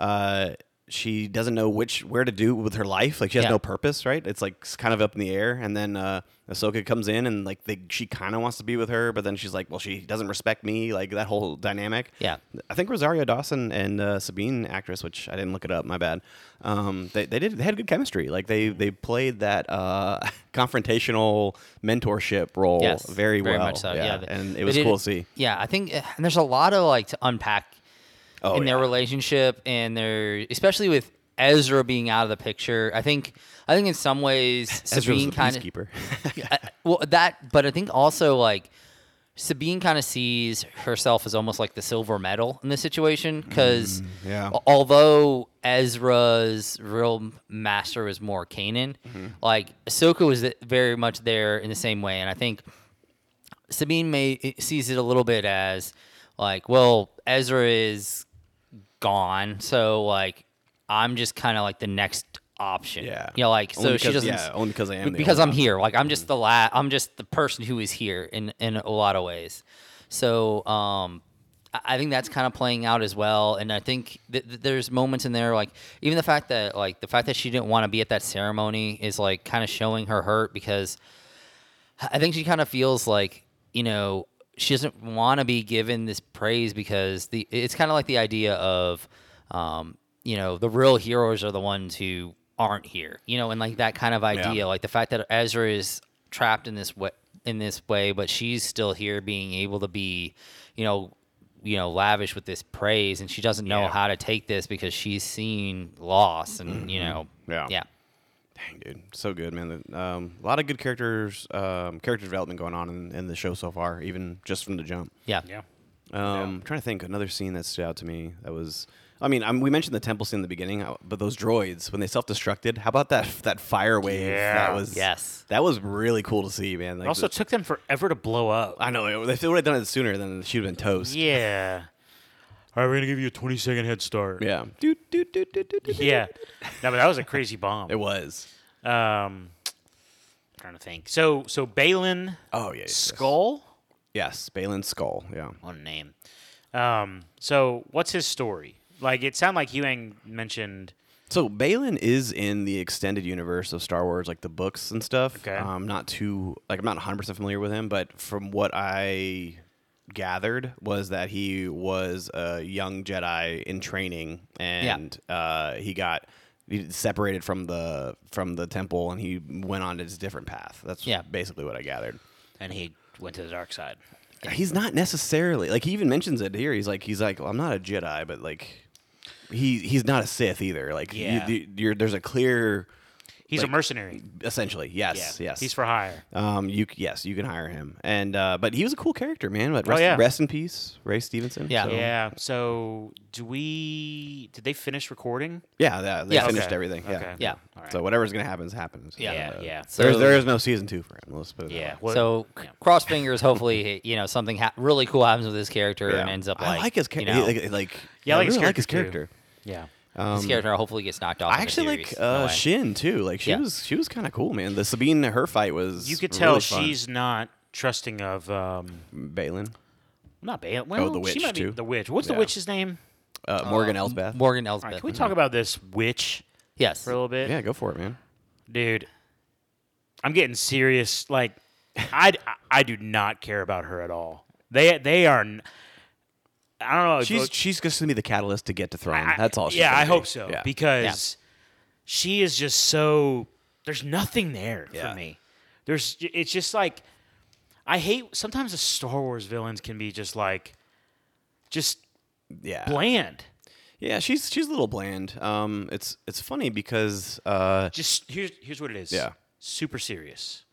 [SPEAKER 2] uh, she doesn't know which where to do with her life. Like she has
[SPEAKER 3] Yeah.
[SPEAKER 2] no purpose, right? It's like s- kind of up in the air. And then uh, Ahsoka comes in, and like they, she kind of wants to be with her, but then she's like, well, she doesn't respect me. Like that whole dynamic.
[SPEAKER 3] Yeah.
[SPEAKER 2] I think Rosario Dawson and uh, Sabine actress, which I didn't look it up. My bad. Um, they, they did they had good chemistry. Like they they played that uh, confrontational mentorship role
[SPEAKER 3] yes,
[SPEAKER 2] very, well.
[SPEAKER 3] much so. Yeah, they-
[SPEAKER 2] and
[SPEAKER 3] they
[SPEAKER 2] it was
[SPEAKER 3] did
[SPEAKER 2] cool to see.
[SPEAKER 3] Yeah, I think and there's a lot of like to unpack
[SPEAKER 2] Oh,
[SPEAKER 3] in their
[SPEAKER 2] yeah.
[SPEAKER 3] relationship and their especially with Ezra being out of the picture. I think I think in some ways
[SPEAKER 2] Ezra was
[SPEAKER 3] Sabine
[SPEAKER 2] the
[SPEAKER 3] kind of
[SPEAKER 2] peacekeeper.
[SPEAKER 3] I- well that but i think also like sabine kind of sees herself as almost like the silver medal in this situation because
[SPEAKER 2] yeah.
[SPEAKER 3] Oh, although ezra's real master is more Kanan,
[SPEAKER 2] Mm-hmm.
[SPEAKER 3] like ahsoka was th- very much there in the same way and i think sabine may eh, sees it a little bit as like well ezra is gone so like i'm just kind of like the next option
[SPEAKER 2] yeah.
[SPEAKER 3] you know like so
[SPEAKER 2] Only
[SPEAKER 3] she
[SPEAKER 2] because-
[SPEAKER 3] doesn't
[SPEAKER 2] Yeah, only because I am. the
[SPEAKER 3] because
[SPEAKER 2] only Mm.
[SPEAKER 3] I'm here. Like I'm just the la- I'm just the person who is here in in a lot of ways. So um, I- I think that's kind of playing out as well. And I think th- th- there's moments in there, like even the fact that like the fact that she didn't want to be at that ceremony is like kind of showing her hurt because I think she kind of feels like you know she doesn't want to be given this praise because the it's kind of like the idea of um, you know the real heroes are the ones who aren't here you know and like that kind of idea like the fact that Ezra is trapped in this way in this way but she's still here being able to be you know you know lavish with this praise and she doesn't know
[SPEAKER 1] Yeah.
[SPEAKER 3] how to take this because she's seen loss and you know
[SPEAKER 2] Yeah.
[SPEAKER 3] yeah
[SPEAKER 2] Dang, dude, so good, man. The- Um, a lot of good characters, um, character development going on in, in the show so far, even just from the jump.
[SPEAKER 3] yeah
[SPEAKER 1] yeah
[SPEAKER 2] Um, I'm trying to think another scene that stood out to me. That was, I mean, i we mentioned the temple scene in the beginning, uh, but those droids when they self-destructed, how about that that fire wave?
[SPEAKER 1] Yeah.
[SPEAKER 2] That was
[SPEAKER 3] Yes.
[SPEAKER 2] That was really cool to see, man. Like
[SPEAKER 1] it also
[SPEAKER 2] the-
[SPEAKER 1] took them forever to blow up
[SPEAKER 2] I know if they would have done it sooner, then she'd have been toast.
[SPEAKER 1] yeah all right we're gonna give you a 20 second head start
[SPEAKER 2] Yeah. Doot, doot, doot, doot, doot, doot.
[SPEAKER 1] yeah no but that was a crazy bomb
[SPEAKER 2] It was.
[SPEAKER 1] um trying to think so so Balin uh,
[SPEAKER 2] Oh yeah. yes, yes.
[SPEAKER 1] Skull
[SPEAKER 2] Yes, Balin's skull. Yeah.
[SPEAKER 1] what a name. Um, so what's his story? Like it sounded like Huang mentioned.
[SPEAKER 2] So Balin is in the extended universe of Star Wars, like the books and stuff.
[SPEAKER 1] Okay.
[SPEAKER 2] I'm not too like I'm not 100 percent familiar with him, but from what I gathered was that he was a young Jedi in training, and uh, he got he separated from the from the temple, and he went on his different path. That's
[SPEAKER 3] Yeah.
[SPEAKER 2] basically what I gathered.
[SPEAKER 1] And he went to the dark side.
[SPEAKER 2] He's not necessarily like he even mentions it here. He's like he's like well, I'm not a Jedi, but like he he's not a Sith either. Like you-
[SPEAKER 1] Yeah.
[SPEAKER 2] you, you're, there's a clear
[SPEAKER 1] He's
[SPEAKER 2] Like-
[SPEAKER 1] a mercenary.
[SPEAKER 2] essentially yes yes
[SPEAKER 1] He's for hire.
[SPEAKER 2] um you c- yes you can hire him and uh but he was a cool character man but rest,
[SPEAKER 1] Oh, yeah.
[SPEAKER 2] rest in peace ray stevenson
[SPEAKER 3] Yeah.
[SPEAKER 2] so-
[SPEAKER 1] Yeah. So do we did they finish recording?
[SPEAKER 2] yeah yeah, they
[SPEAKER 3] Yeah.
[SPEAKER 2] finished
[SPEAKER 1] Okay.
[SPEAKER 2] everything
[SPEAKER 1] Okay.
[SPEAKER 2] yeah
[SPEAKER 3] Yeah.
[SPEAKER 1] All right.
[SPEAKER 2] so whatever's gonna happen is happens
[SPEAKER 1] Yeah,
[SPEAKER 2] Uh,
[SPEAKER 1] yeah.
[SPEAKER 2] there's
[SPEAKER 3] So-
[SPEAKER 2] there is no season two for him let's put it that
[SPEAKER 1] Yeah.
[SPEAKER 2] way.
[SPEAKER 1] What-
[SPEAKER 3] so c-
[SPEAKER 1] yeah.
[SPEAKER 3] cross fingers. Hopefully, you know something ha- really cool happens with his character and
[SPEAKER 2] Yeah.
[SPEAKER 3] ends up like,
[SPEAKER 2] I like his character
[SPEAKER 3] You know,
[SPEAKER 2] like, like
[SPEAKER 1] Yeah, I like his
[SPEAKER 2] really like his
[SPEAKER 1] character, too.
[SPEAKER 2] character Um,
[SPEAKER 1] yeah. um,
[SPEAKER 3] his character hopefully gets knocked off.
[SPEAKER 2] I
[SPEAKER 3] in the
[SPEAKER 2] actually like
[SPEAKER 3] series in a
[SPEAKER 2] uh,
[SPEAKER 3] way.
[SPEAKER 2] Shin too. Like she
[SPEAKER 3] Yeah.
[SPEAKER 2] was, she was kind of cool, man. The Sabine, her fight was.
[SPEAKER 1] You could
[SPEAKER 2] really
[SPEAKER 1] tell
[SPEAKER 2] fun.
[SPEAKER 1] she's not trusting of um
[SPEAKER 2] Balin,
[SPEAKER 1] not Bale. Well,
[SPEAKER 2] Oh, the
[SPEAKER 1] she
[SPEAKER 2] witch,
[SPEAKER 1] might be
[SPEAKER 2] too.
[SPEAKER 1] the witch. What's the
[SPEAKER 2] Yeah.
[SPEAKER 1] witch's name?
[SPEAKER 2] uh, Morgan Elsbeth.
[SPEAKER 3] Morgan
[SPEAKER 1] All
[SPEAKER 3] Elsbeth.
[SPEAKER 1] right, can we talk about this witch
[SPEAKER 3] yes.
[SPEAKER 1] for a little bit?
[SPEAKER 2] yeah, go for it, man.
[SPEAKER 1] dude i'm getting serious like i i do not care about her at all they they are n- i don't know if-
[SPEAKER 2] She's she's just gonna be the catalyst to get to throne.
[SPEAKER 1] I-
[SPEAKER 2] That's all. She's
[SPEAKER 1] yeah
[SPEAKER 2] gonna
[SPEAKER 1] i
[SPEAKER 2] be.
[SPEAKER 1] hope so
[SPEAKER 2] Yeah.
[SPEAKER 1] because she is just so There's nothing there
[SPEAKER 2] Yeah.
[SPEAKER 1] for me. There's it's just like I hate sometimes the Star Wars villains can be just like just
[SPEAKER 2] Yeah.
[SPEAKER 1] bland.
[SPEAKER 2] Yeah, she's she's a little bland. Um, it's it's funny because uh,
[SPEAKER 1] Just here's here's what it is.
[SPEAKER 2] Yeah.
[SPEAKER 1] Super serious.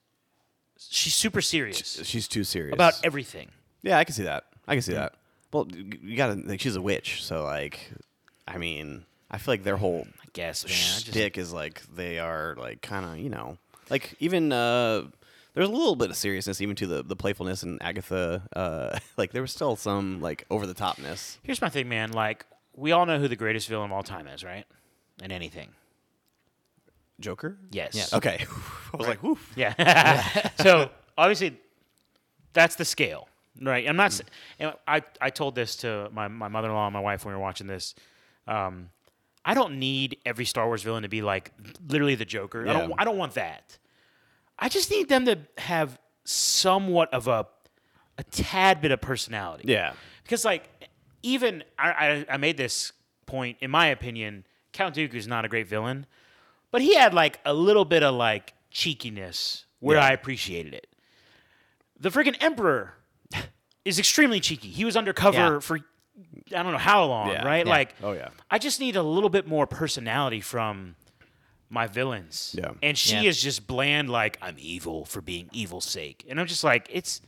[SPEAKER 1] She's super serious
[SPEAKER 2] she's too serious
[SPEAKER 1] about everything.
[SPEAKER 2] Yeah, I can see that. I can see that. Well, d- you gotta like she's a witch, so like, I mean, I feel like their whole
[SPEAKER 1] I guess, man. I just-
[SPEAKER 2] shtick is like they are like kind of you know like even uh there's a little bit of seriousness even to the the playfulness in Agatha. Uh, like there was still some like over the topness.
[SPEAKER 1] here's my thing, man. Like we all know who the greatest villain of all time is, right? In anything.
[SPEAKER 2] Joker.
[SPEAKER 1] Yes.
[SPEAKER 3] Yeah.
[SPEAKER 2] Okay, I was like, whew.
[SPEAKER 1] Yeah. so obviously, that's the scale, right? I'm not. s- And I I told this to my my mother in law and my wife when we were watching this. Um, I don't need every Star Wars villain to be like literally the Joker. I
[SPEAKER 2] Yeah.
[SPEAKER 1] don't. I don't want that. I just need them to have somewhat of a a tad bit of personality.
[SPEAKER 2] Yeah.
[SPEAKER 1] Because like even I, I I made this point in my opinion, Count Dooku's not a great villain, but he had like a little bit of like cheekiness where
[SPEAKER 2] Yeah.
[SPEAKER 1] I appreciated it. The freaking Emperor is extremely cheeky. He was undercover
[SPEAKER 3] Yeah.
[SPEAKER 1] for I don't know how long,
[SPEAKER 2] Yeah.
[SPEAKER 1] right?
[SPEAKER 3] Yeah.
[SPEAKER 1] Like
[SPEAKER 2] Oh, yeah.
[SPEAKER 1] I just need a little bit more personality from my villains.
[SPEAKER 2] Yeah.
[SPEAKER 1] And she
[SPEAKER 3] Yeah.
[SPEAKER 1] is just bland like I'm evil for being evil's sake. And I'm just like it's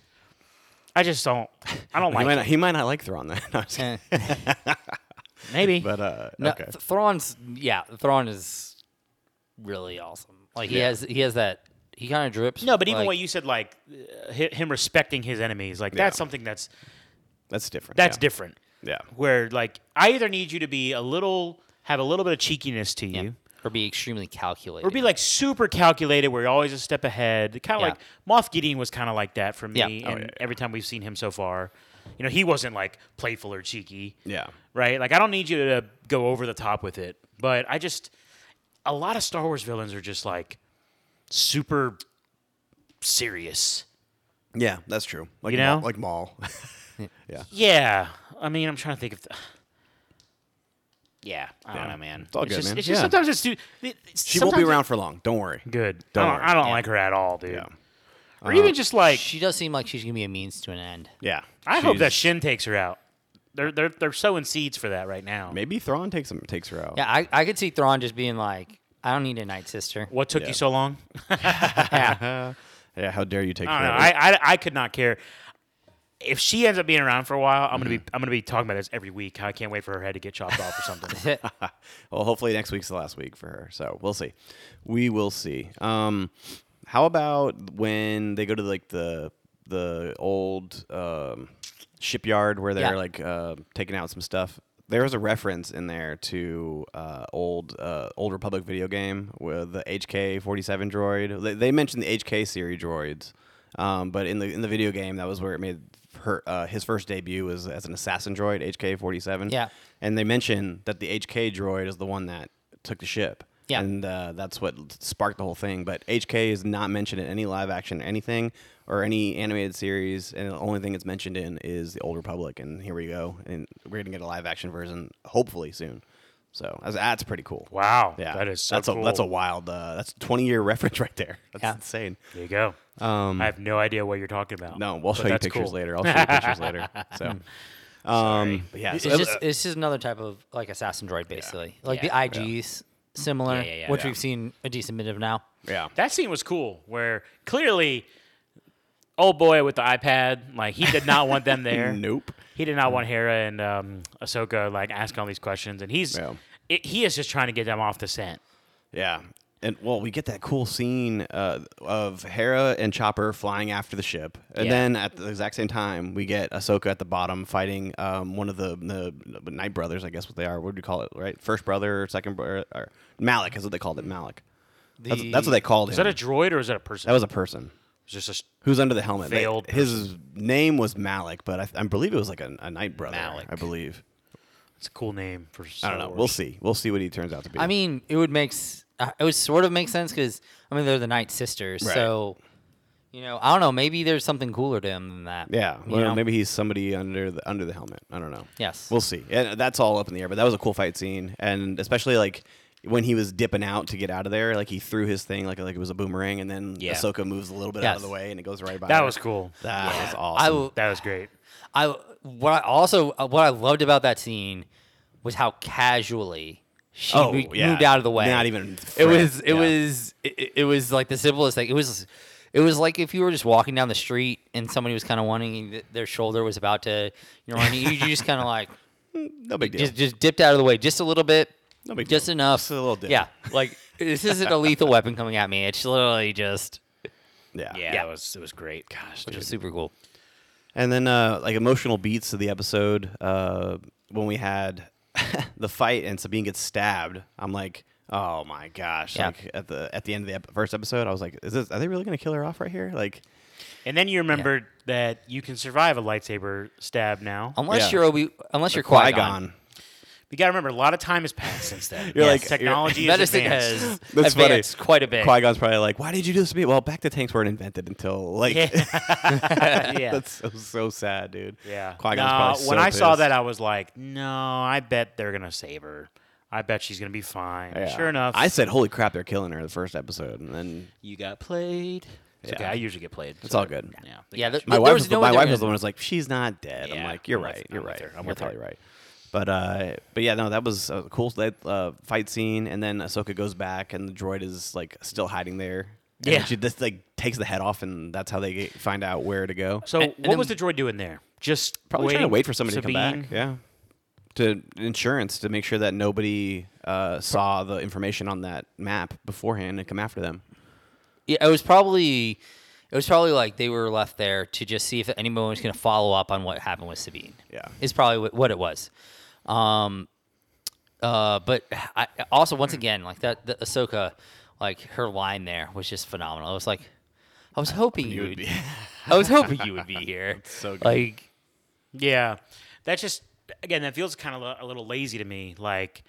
[SPEAKER 1] I just don't I don't
[SPEAKER 2] He
[SPEAKER 1] like
[SPEAKER 2] might
[SPEAKER 1] it.
[SPEAKER 2] not, he might not like Thrawn then. No, I'm just kidding.
[SPEAKER 3] Eh.
[SPEAKER 1] Maybe.
[SPEAKER 2] but uh,
[SPEAKER 3] No,
[SPEAKER 2] okay.
[SPEAKER 3] Th- Thrawn's yeah, Thrawn is really awesome. Like he has he has that he kind of drips.
[SPEAKER 1] No, but even
[SPEAKER 3] like,
[SPEAKER 1] what you said, like uh, hi- him respecting his enemies, like that's something that's
[SPEAKER 2] That's different.
[SPEAKER 1] that's
[SPEAKER 2] yeah.
[SPEAKER 1] different.
[SPEAKER 2] Yeah.
[SPEAKER 1] Where like I either need you to be a little, have a little bit of cheekiness to you,
[SPEAKER 3] or be extremely calculated
[SPEAKER 1] or be like super calculated, where you're always a step ahead. Kind of
[SPEAKER 3] Yeah.
[SPEAKER 1] like Moff Gideon was kind of like that for me,
[SPEAKER 3] Yeah.
[SPEAKER 1] and
[SPEAKER 3] Oh,
[SPEAKER 2] yeah, yeah.
[SPEAKER 1] every time we've seen him so far, you know, he wasn't like playful or cheeky,
[SPEAKER 2] Yeah.
[SPEAKER 1] right? Like I don't need you to go over the top with it, but I just a lot of Star Wars villains are just like super serious.
[SPEAKER 2] Yeah, that's true. Like
[SPEAKER 1] You
[SPEAKER 2] Maul-
[SPEAKER 1] know?
[SPEAKER 2] like Maul.
[SPEAKER 1] Yeah, I mean, I'm trying to think of. Th- yeah, I don't know, man.
[SPEAKER 2] It's all
[SPEAKER 1] it's
[SPEAKER 2] good,
[SPEAKER 1] just,
[SPEAKER 2] man.
[SPEAKER 1] It's just
[SPEAKER 2] Yeah.
[SPEAKER 1] sometimes it's too. it- it's-
[SPEAKER 2] She won't be
[SPEAKER 1] sometimes
[SPEAKER 2] around for long. Don't worry.
[SPEAKER 1] it- Good.
[SPEAKER 2] Don't
[SPEAKER 1] I don't,
[SPEAKER 2] worry.
[SPEAKER 1] I don't like her at all, dude.
[SPEAKER 2] Yeah. Uh-huh.
[SPEAKER 1] Or even just like,
[SPEAKER 3] she does seem like she's gonna be a means to an end.
[SPEAKER 2] Yeah.
[SPEAKER 1] I hope that
[SPEAKER 2] She's-
[SPEAKER 1] Shin takes her out. They're they're they're sowing seeds for that right now.
[SPEAKER 2] maybe Thrawn takes him takes her out.
[SPEAKER 3] Yeah, I, I could see Thrawn just being like, I don't need a night sister.
[SPEAKER 1] What took
[SPEAKER 2] Yeah.
[SPEAKER 1] you so long?
[SPEAKER 2] Yeah, how dare you take
[SPEAKER 1] I
[SPEAKER 2] her
[SPEAKER 1] don't know.
[SPEAKER 2] out?
[SPEAKER 1] I, I I could not care. If she ends up being around for a while, I'm gonna be I'm gonna be talking about this every week. I can't wait for her head to get chopped off or something.
[SPEAKER 2] well, hopefully next week's the last week for her. So we'll see. We will see. Um, how about when they go to like the the old um, shipyard where they're
[SPEAKER 3] Yeah.
[SPEAKER 2] like uh, taking out some stuff? There was a reference in there to uh, old uh, old Republic video game with the HK forty seven droid. They, they mentioned the HK series droids, um, but in the in the video game, that was where it made her uh, his first debut was as an assassin droid HK forty seven.
[SPEAKER 3] Yeah.
[SPEAKER 2] And they mention that the HK droid is the one that took the ship.
[SPEAKER 3] Yeah.
[SPEAKER 2] And uh, that's what sparked the whole thing. But HK is not mentioned in any live action anything or any animated series. And the only thing it's mentioned in is The Old Republic. And here we go. And we're going to get a live action version hopefully soon. So that's, that's pretty cool.
[SPEAKER 1] wow,
[SPEAKER 2] Yeah.
[SPEAKER 1] that is so
[SPEAKER 2] that's
[SPEAKER 1] cool.
[SPEAKER 2] A, that's a wild, uh, that's a 20 year reference right there. That's
[SPEAKER 3] Yeah.
[SPEAKER 2] insane.
[SPEAKER 1] there you go.
[SPEAKER 2] Um,
[SPEAKER 1] I have no idea what you're talking about.
[SPEAKER 2] no, we'll
[SPEAKER 1] but
[SPEAKER 2] show you
[SPEAKER 1] that's
[SPEAKER 2] pictures
[SPEAKER 1] cool.
[SPEAKER 2] later. I'll show you pictures later. So, um, but yeah.
[SPEAKER 3] Hmm. It's
[SPEAKER 2] So it was-
[SPEAKER 3] just it's just another type of like assassin droid basically. Like
[SPEAKER 1] Yeah.
[SPEAKER 3] the IGs similar,
[SPEAKER 1] Yeah, yeah, yeah.
[SPEAKER 3] which
[SPEAKER 1] Yeah.
[SPEAKER 3] we've seen a decent bit of now.
[SPEAKER 2] yeah.
[SPEAKER 1] That scene was cool, where clearly, old boy with the iPad, like he did not want them there.
[SPEAKER 2] Nope.
[SPEAKER 1] He did not want Hera and um, Ahsoka like asking all these questions, and he's
[SPEAKER 2] Yeah.
[SPEAKER 1] it, he is just trying to get them off the scent.
[SPEAKER 2] Yeah. And well, we get that cool scene uh, of Hera and Chopper flying after the ship, and
[SPEAKER 1] Yeah.
[SPEAKER 2] then at the exact same time, we get Ahsoka at the bottom fighting um, one of the, the Night Brothers, I guess what they are. What do you call it? Right, first brother, second brother, or Malik is what they called it. Malik. that's, that's what they called
[SPEAKER 1] Is
[SPEAKER 2] him.
[SPEAKER 1] that a droid or is that a person?
[SPEAKER 2] that was a person
[SPEAKER 1] It's just a s-
[SPEAKER 2] who's under the helmet. They-
[SPEAKER 1] Veiled
[SPEAKER 2] his name was Malik, but I, I believe it was like a, a Night Brother.
[SPEAKER 3] Malik.
[SPEAKER 2] I believe.
[SPEAKER 1] it's a cool name for.
[SPEAKER 2] I don't know. We'll see. We'll see what he turns out to be.
[SPEAKER 3] I mean, it would make s- uh, it would sort of make sense because I mean they're the Night Sisters,
[SPEAKER 2] Right.
[SPEAKER 3] so you know I don't know. Maybe there's something cooler to him than that.
[SPEAKER 2] Yeah,
[SPEAKER 3] you
[SPEAKER 2] well,
[SPEAKER 3] know?
[SPEAKER 2] maybe he's somebody under the under the helmet. I don't know.
[SPEAKER 3] Yes.
[SPEAKER 2] we'll see. And that's all up in the air. But that was a cool fight scene, and especially like when he was dipping out to get out of there, like he threw his thing like like it was a boomerang, and then
[SPEAKER 3] Yeah.
[SPEAKER 2] Ahsoka moves a little bit out of
[SPEAKER 3] Yes.
[SPEAKER 2] the way and it goes right by.
[SPEAKER 1] That
[SPEAKER 2] her.
[SPEAKER 1] was cool.
[SPEAKER 2] that was
[SPEAKER 3] I
[SPEAKER 2] awesome.
[SPEAKER 3] w-
[SPEAKER 1] That was great.
[SPEAKER 3] I what I also uh, what I loved about that scene was how casually she
[SPEAKER 2] Oh,
[SPEAKER 3] mo-
[SPEAKER 2] yeah.
[SPEAKER 3] moved out of the way.
[SPEAKER 2] Not even
[SPEAKER 3] It was.
[SPEAKER 2] fret,
[SPEAKER 3] It
[SPEAKER 2] yeah.
[SPEAKER 3] was. It, it was like the simplest thing. It was. It was like if you were just walking down the street and somebody was kind of wanting th- their shoulder was about to, you know, and you you just kind of like
[SPEAKER 2] no big deal.
[SPEAKER 3] just just dipped out of the way just a little bit,
[SPEAKER 2] no big deal.
[SPEAKER 3] just enough,
[SPEAKER 2] Just a little dip.
[SPEAKER 3] Yeah, like this isn't a lethal weapon coming at me. It's literally just
[SPEAKER 2] yeah.
[SPEAKER 1] Yeah, it was it was great. Gosh,
[SPEAKER 3] which is super cool.
[SPEAKER 2] And then uh, like emotional beats of the episode uh, when we had the fight and Sabine gets stabbed. I'm like, oh my gosh!
[SPEAKER 3] Yeah.
[SPEAKER 2] Like at the at the end of the ep- first episode, I was like, is this are they really gonna kill her off right here? Like,
[SPEAKER 1] and then you remembered that you can survive a lightsaber stab now.
[SPEAKER 3] Unless
[SPEAKER 2] Yeah.
[SPEAKER 3] you're Obi, unless you're Qui Gon,
[SPEAKER 1] You got to remember, a lot of time has passed since then.
[SPEAKER 2] You're
[SPEAKER 1] Yes,
[SPEAKER 2] like- you're-
[SPEAKER 1] technology is
[SPEAKER 3] medicine
[SPEAKER 1] advanced.
[SPEAKER 3] has
[SPEAKER 2] That's funny.
[SPEAKER 3] advanced quite a bit.
[SPEAKER 2] Qui Gon's probably like, why did you do this to me? Well, back to tanks weren't invented until like.
[SPEAKER 1] Yeah, yeah.
[SPEAKER 2] That's so, so sad, dude.
[SPEAKER 1] yeah.
[SPEAKER 2] Qui Gon's
[SPEAKER 1] Nah,
[SPEAKER 2] probably so
[SPEAKER 1] when I saw
[SPEAKER 2] pissed.
[SPEAKER 1] that, I was like, no, I bet they're gonna save her. I bet she's gonna be fine.
[SPEAKER 2] Yeah.
[SPEAKER 1] Sure enough,
[SPEAKER 2] I said, "Holy crap, they're killing her!" The first episode, and then
[SPEAKER 1] you got played. It's
[SPEAKER 2] Yeah.
[SPEAKER 1] okay, I usually get played.
[SPEAKER 2] it's all good.
[SPEAKER 1] Yeah, they
[SPEAKER 3] Yeah,
[SPEAKER 1] got
[SPEAKER 3] th-
[SPEAKER 2] my
[SPEAKER 3] there
[SPEAKER 2] wife
[SPEAKER 3] was
[SPEAKER 2] was,
[SPEAKER 3] no
[SPEAKER 2] my
[SPEAKER 3] other
[SPEAKER 2] wife
[SPEAKER 3] reason.
[SPEAKER 2] was the one who was like, "She's not dead." I'm
[SPEAKER 1] Yeah,
[SPEAKER 2] like, "You're
[SPEAKER 1] I'm with-
[SPEAKER 2] right,
[SPEAKER 1] I'm
[SPEAKER 2] you're
[SPEAKER 1] with
[SPEAKER 2] right,
[SPEAKER 1] her, I'm
[SPEAKER 2] you're
[SPEAKER 1] with her.
[SPEAKER 2] probably right." But uh, but yeah, no, that was a cool that, uh, fight scene, and then Ahsoka goes back, and the droid is like still hiding there. And then
[SPEAKER 1] Yeah.
[SPEAKER 2] she just like takes the head off, and that's how they get, find out where to go.
[SPEAKER 1] So
[SPEAKER 3] And- and
[SPEAKER 1] what
[SPEAKER 3] then-
[SPEAKER 1] was the droid doing there? Just
[SPEAKER 2] Probably
[SPEAKER 1] waiting
[SPEAKER 2] trying to wait for somebody to come
[SPEAKER 1] Sabine?
[SPEAKER 2] back. Yeah, to insurance to make sure that nobody uh, saw the information on that map beforehand and come after them.
[SPEAKER 3] Yeah, it was probably it was probably like they were left there to just see if anyone was going to follow up on what happened with Sabine.
[SPEAKER 2] Yeah.
[SPEAKER 3] is probably what, what it was. Um, uh, but I, also once again, like that, the Ahsoka, like her line there was just phenomenal. I was like, I was hoping you would. I was hoping you would be here.
[SPEAKER 2] so good.
[SPEAKER 3] Like,
[SPEAKER 1] Yeah, that just again that feels kind of a little lazy to me. Like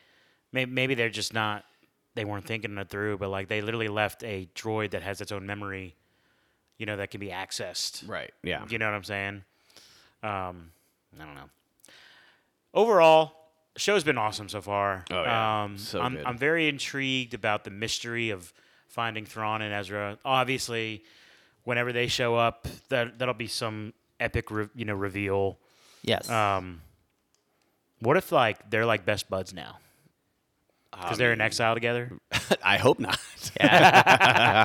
[SPEAKER 1] may- maybe they're just not they weren't thinking it through, but like they literally left a droid that has its own memory, you know, that can be accessed.
[SPEAKER 2] Right. Yeah.
[SPEAKER 1] You know what I'm saying? Um, I don't know. Overall, show's been awesome so far.
[SPEAKER 2] Oh, yeah.
[SPEAKER 1] um,
[SPEAKER 2] So
[SPEAKER 1] I'm,
[SPEAKER 2] good.
[SPEAKER 1] I'm very intrigued about the mystery of finding Thrawn and Ezra. Obviously, whenever they show up, that that'll be some epic, re- you know, reveal.
[SPEAKER 3] yes,
[SPEAKER 1] Um, what if like they're like best buds now? Because they're in exile together.
[SPEAKER 2] I hope not.
[SPEAKER 1] But I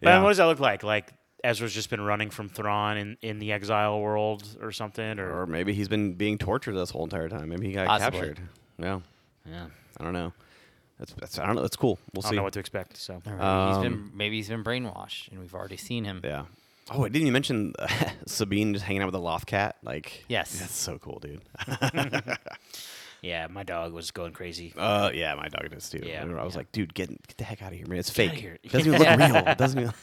[SPEAKER 1] mean, what does that look like? Like Ezra's just been running from Thrawn in, in the exile world or something, or
[SPEAKER 2] Or maybe he's been being tortured this whole entire time. Maybe he got
[SPEAKER 3] Possibly.
[SPEAKER 2] captured. Yeah,
[SPEAKER 1] yeah,
[SPEAKER 2] I don't know. That's, that's I don't know. It's cool. We'll
[SPEAKER 1] I
[SPEAKER 2] see.
[SPEAKER 1] don't know what to expect. So
[SPEAKER 3] Or maybe he's been maybe he's been brainwashed, and we've already seen him.
[SPEAKER 2] yeah. Oh, I didn't even mention Sabine just hanging out with the loft cat. Like,
[SPEAKER 3] Yes.
[SPEAKER 2] that's so cool, dude.
[SPEAKER 1] yeah, my dog was going crazy.
[SPEAKER 2] Uh, yeah, my dog does too.
[SPEAKER 1] Yeah,
[SPEAKER 2] I, remember I was
[SPEAKER 1] yeah.
[SPEAKER 2] like, dude, get get the heck out of here, man. It's fake.
[SPEAKER 1] outta here.
[SPEAKER 2] It doesn't even look real. It doesn't even.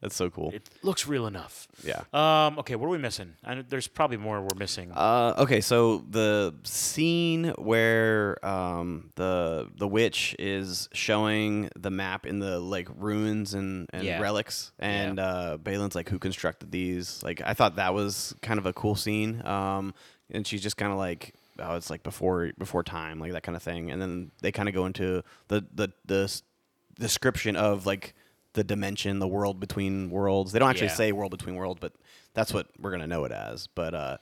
[SPEAKER 2] That's so cool.
[SPEAKER 1] It looks real enough.
[SPEAKER 2] Yeah.
[SPEAKER 1] Um. Okay. What are we missing? I, know- there's probably more we're missing.
[SPEAKER 2] Uh, okay, so the scene where um, the the witch is showing the map in the like ruins and, and
[SPEAKER 1] Yeah.
[SPEAKER 2] relics, and uh, Balin's like, "Who constructed these?" Like, I thought that was kind of a cool scene. Um, and she's just kind of like, "Oh, it's like before before time," like that kind of thing. And then they kind of go into the the the s- description of like the dimension, the world between worlds. They don't actually
[SPEAKER 1] Yeah.
[SPEAKER 2] say world between worlds, but that's what we're gonna know it as. But uh,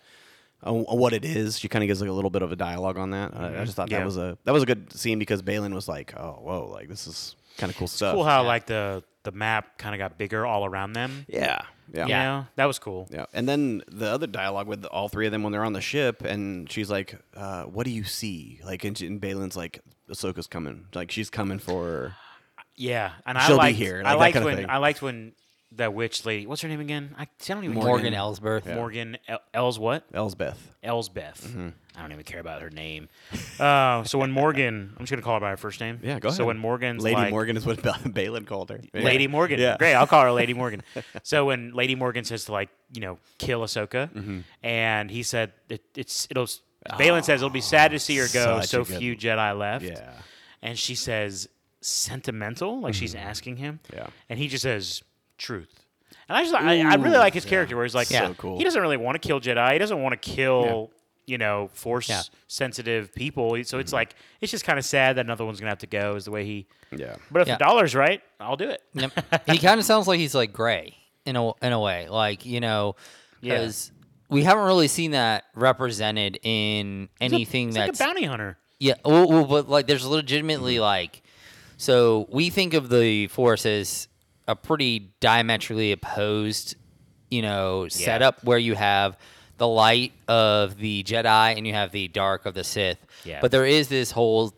[SPEAKER 2] on- on what it is, she kind of gives like a little bit of a dialogue on that. I- I just thought
[SPEAKER 1] Mm-hmm. Yeah.
[SPEAKER 2] that was a that was a good scene because Balin was like, "Oh, whoa, like this is kind of cool stuff."
[SPEAKER 1] cool how like the the map kind of got bigger all around them.
[SPEAKER 2] yeah, yeah,
[SPEAKER 1] You know? That was cool.
[SPEAKER 2] Yeah, and then the other dialogue with all three of them when they're on the ship, and she's like, uh, "What do you see?" Like, and, she, and Balin's like, "Ahsoka's coming. Like, she's coming for."
[SPEAKER 1] Yeah, and
[SPEAKER 2] She'll
[SPEAKER 1] I
[SPEAKER 2] be
[SPEAKER 1] liked,
[SPEAKER 2] here, like
[SPEAKER 1] I
[SPEAKER 2] that
[SPEAKER 1] liked
[SPEAKER 2] kinda
[SPEAKER 1] when
[SPEAKER 2] thing.
[SPEAKER 1] I liked when that witch lady. What's her name again? I, see, I don't even
[SPEAKER 3] Morgan
[SPEAKER 1] Morgan
[SPEAKER 3] Ellsworth.
[SPEAKER 1] Morgan El- Els what?
[SPEAKER 2] Elsbeth.
[SPEAKER 1] Elsbeth.
[SPEAKER 2] Mm-hmm.
[SPEAKER 1] I don't even care about her name. Uh, so when Morgan, I'm just gonna call her by her first name.
[SPEAKER 2] Yeah, go ahead.
[SPEAKER 1] So when Morgan's
[SPEAKER 2] Lady
[SPEAKER 1] like,
[SPEAKER 2] Morgan is what Bal- Balin called her. Yeah.
[SPEAKER 1] Lady Morgan,
[SPEAKER 2] Yeah.
[SPEAKER 1] great, I'll call her Lady Morgan. so when Lady Morgan says to like, you know, kill Ahsoka,
[SPEAKER 2] Mm-hmm.
[SPEAKER 1] and he said it, it's it'll. Balin says it'll be sad to see her go.
[SPEAKER 2] Ah, such a
[SPEAKER 1] So
[SPEAKER 2] good-
[SPEAKER 1] few Jedi left.
[SPEAKER 2] Yeah.
[SPEAKER 1] and she says sentimental, like she's asking him.
[SPEAKER 2] Mm-hmm. Yeah.
[SPEAKER 1] And he just says truth. And I just I, I really like his character where he's like
[SPEAKER 2] So
[SPEAKER 1] yeah,
[SPEAKER 2] cool.
[SPEAKER 1] he doesn't really want to kill Jedi. He doesn't want to kill you know, force
[SPEAKER 3] Yeah.
[SPEAKER 1] sensitive people. So
[SPEAKER 2] Mm-hmm.
[SPEAKER 1] it's like it's just kind of sad that another one's gonna have to go. Is the way he.
[SPEAKER 2] Yeah.
[SPEAKER 1] But if
[SPEAKER 3] Yeah.
[SPEAKER 1] the dollar's right, I'll do it.
[SPEAKER 3] Yep. he kind of sounds like he's like gray in a in a way, like you know,
[SPEAKER 1] Yeah.
[SPEAKER 3] because we haven't really seen that represented in anything
[SPEAKER 1] He's
[SPEAKER 3] that's
[SPEAKER 1] like a bounty hunter.
[SPEAKER 3] yeah. Well, well, but like, there's legitimately like, so we think of the force as a pretty diametrically opposed, you know, setup where you have the light of the Jedi and you have the dark of the Sith.
[SPEAKER 1] Yeah.
[SPEAKER 3] But there is this whole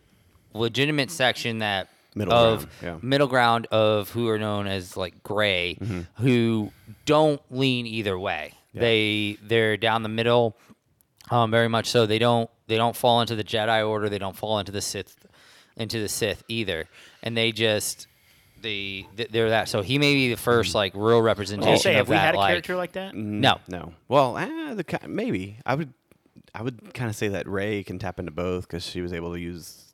[SPEAKER 3] legitimate section that
[SPEAKER 2] Middle
[SPEAKER 3] of
[SPEAKER 2] ground, yeah.
[SPEAKER 3] middle ground of who are known as like gray,
[SPEAKER 2] Mm-hmm.
[SPEAKER 3] who don't lean either way. They they're down the middle, um, very much so. They don't they don't fall into the Jedi Order. They don't fall into the Sith, into the Sith either. And they just they th- they're that. So he may be the first like real representation
[SPEAKER 1] I'll say, have
[SPEAKER 3] of that.
[SPEAKER 1] we had a
[SPEAKER 3] like,
[SPEAKER 1] character like that?
[SPEAKER 2] mm-hmm.
[SPEAKER 3] no,
[SPEAKER 2] No. Well, eh, the, ki- maybe I would. I would kind of say that Ray can tap into both because she was able to use,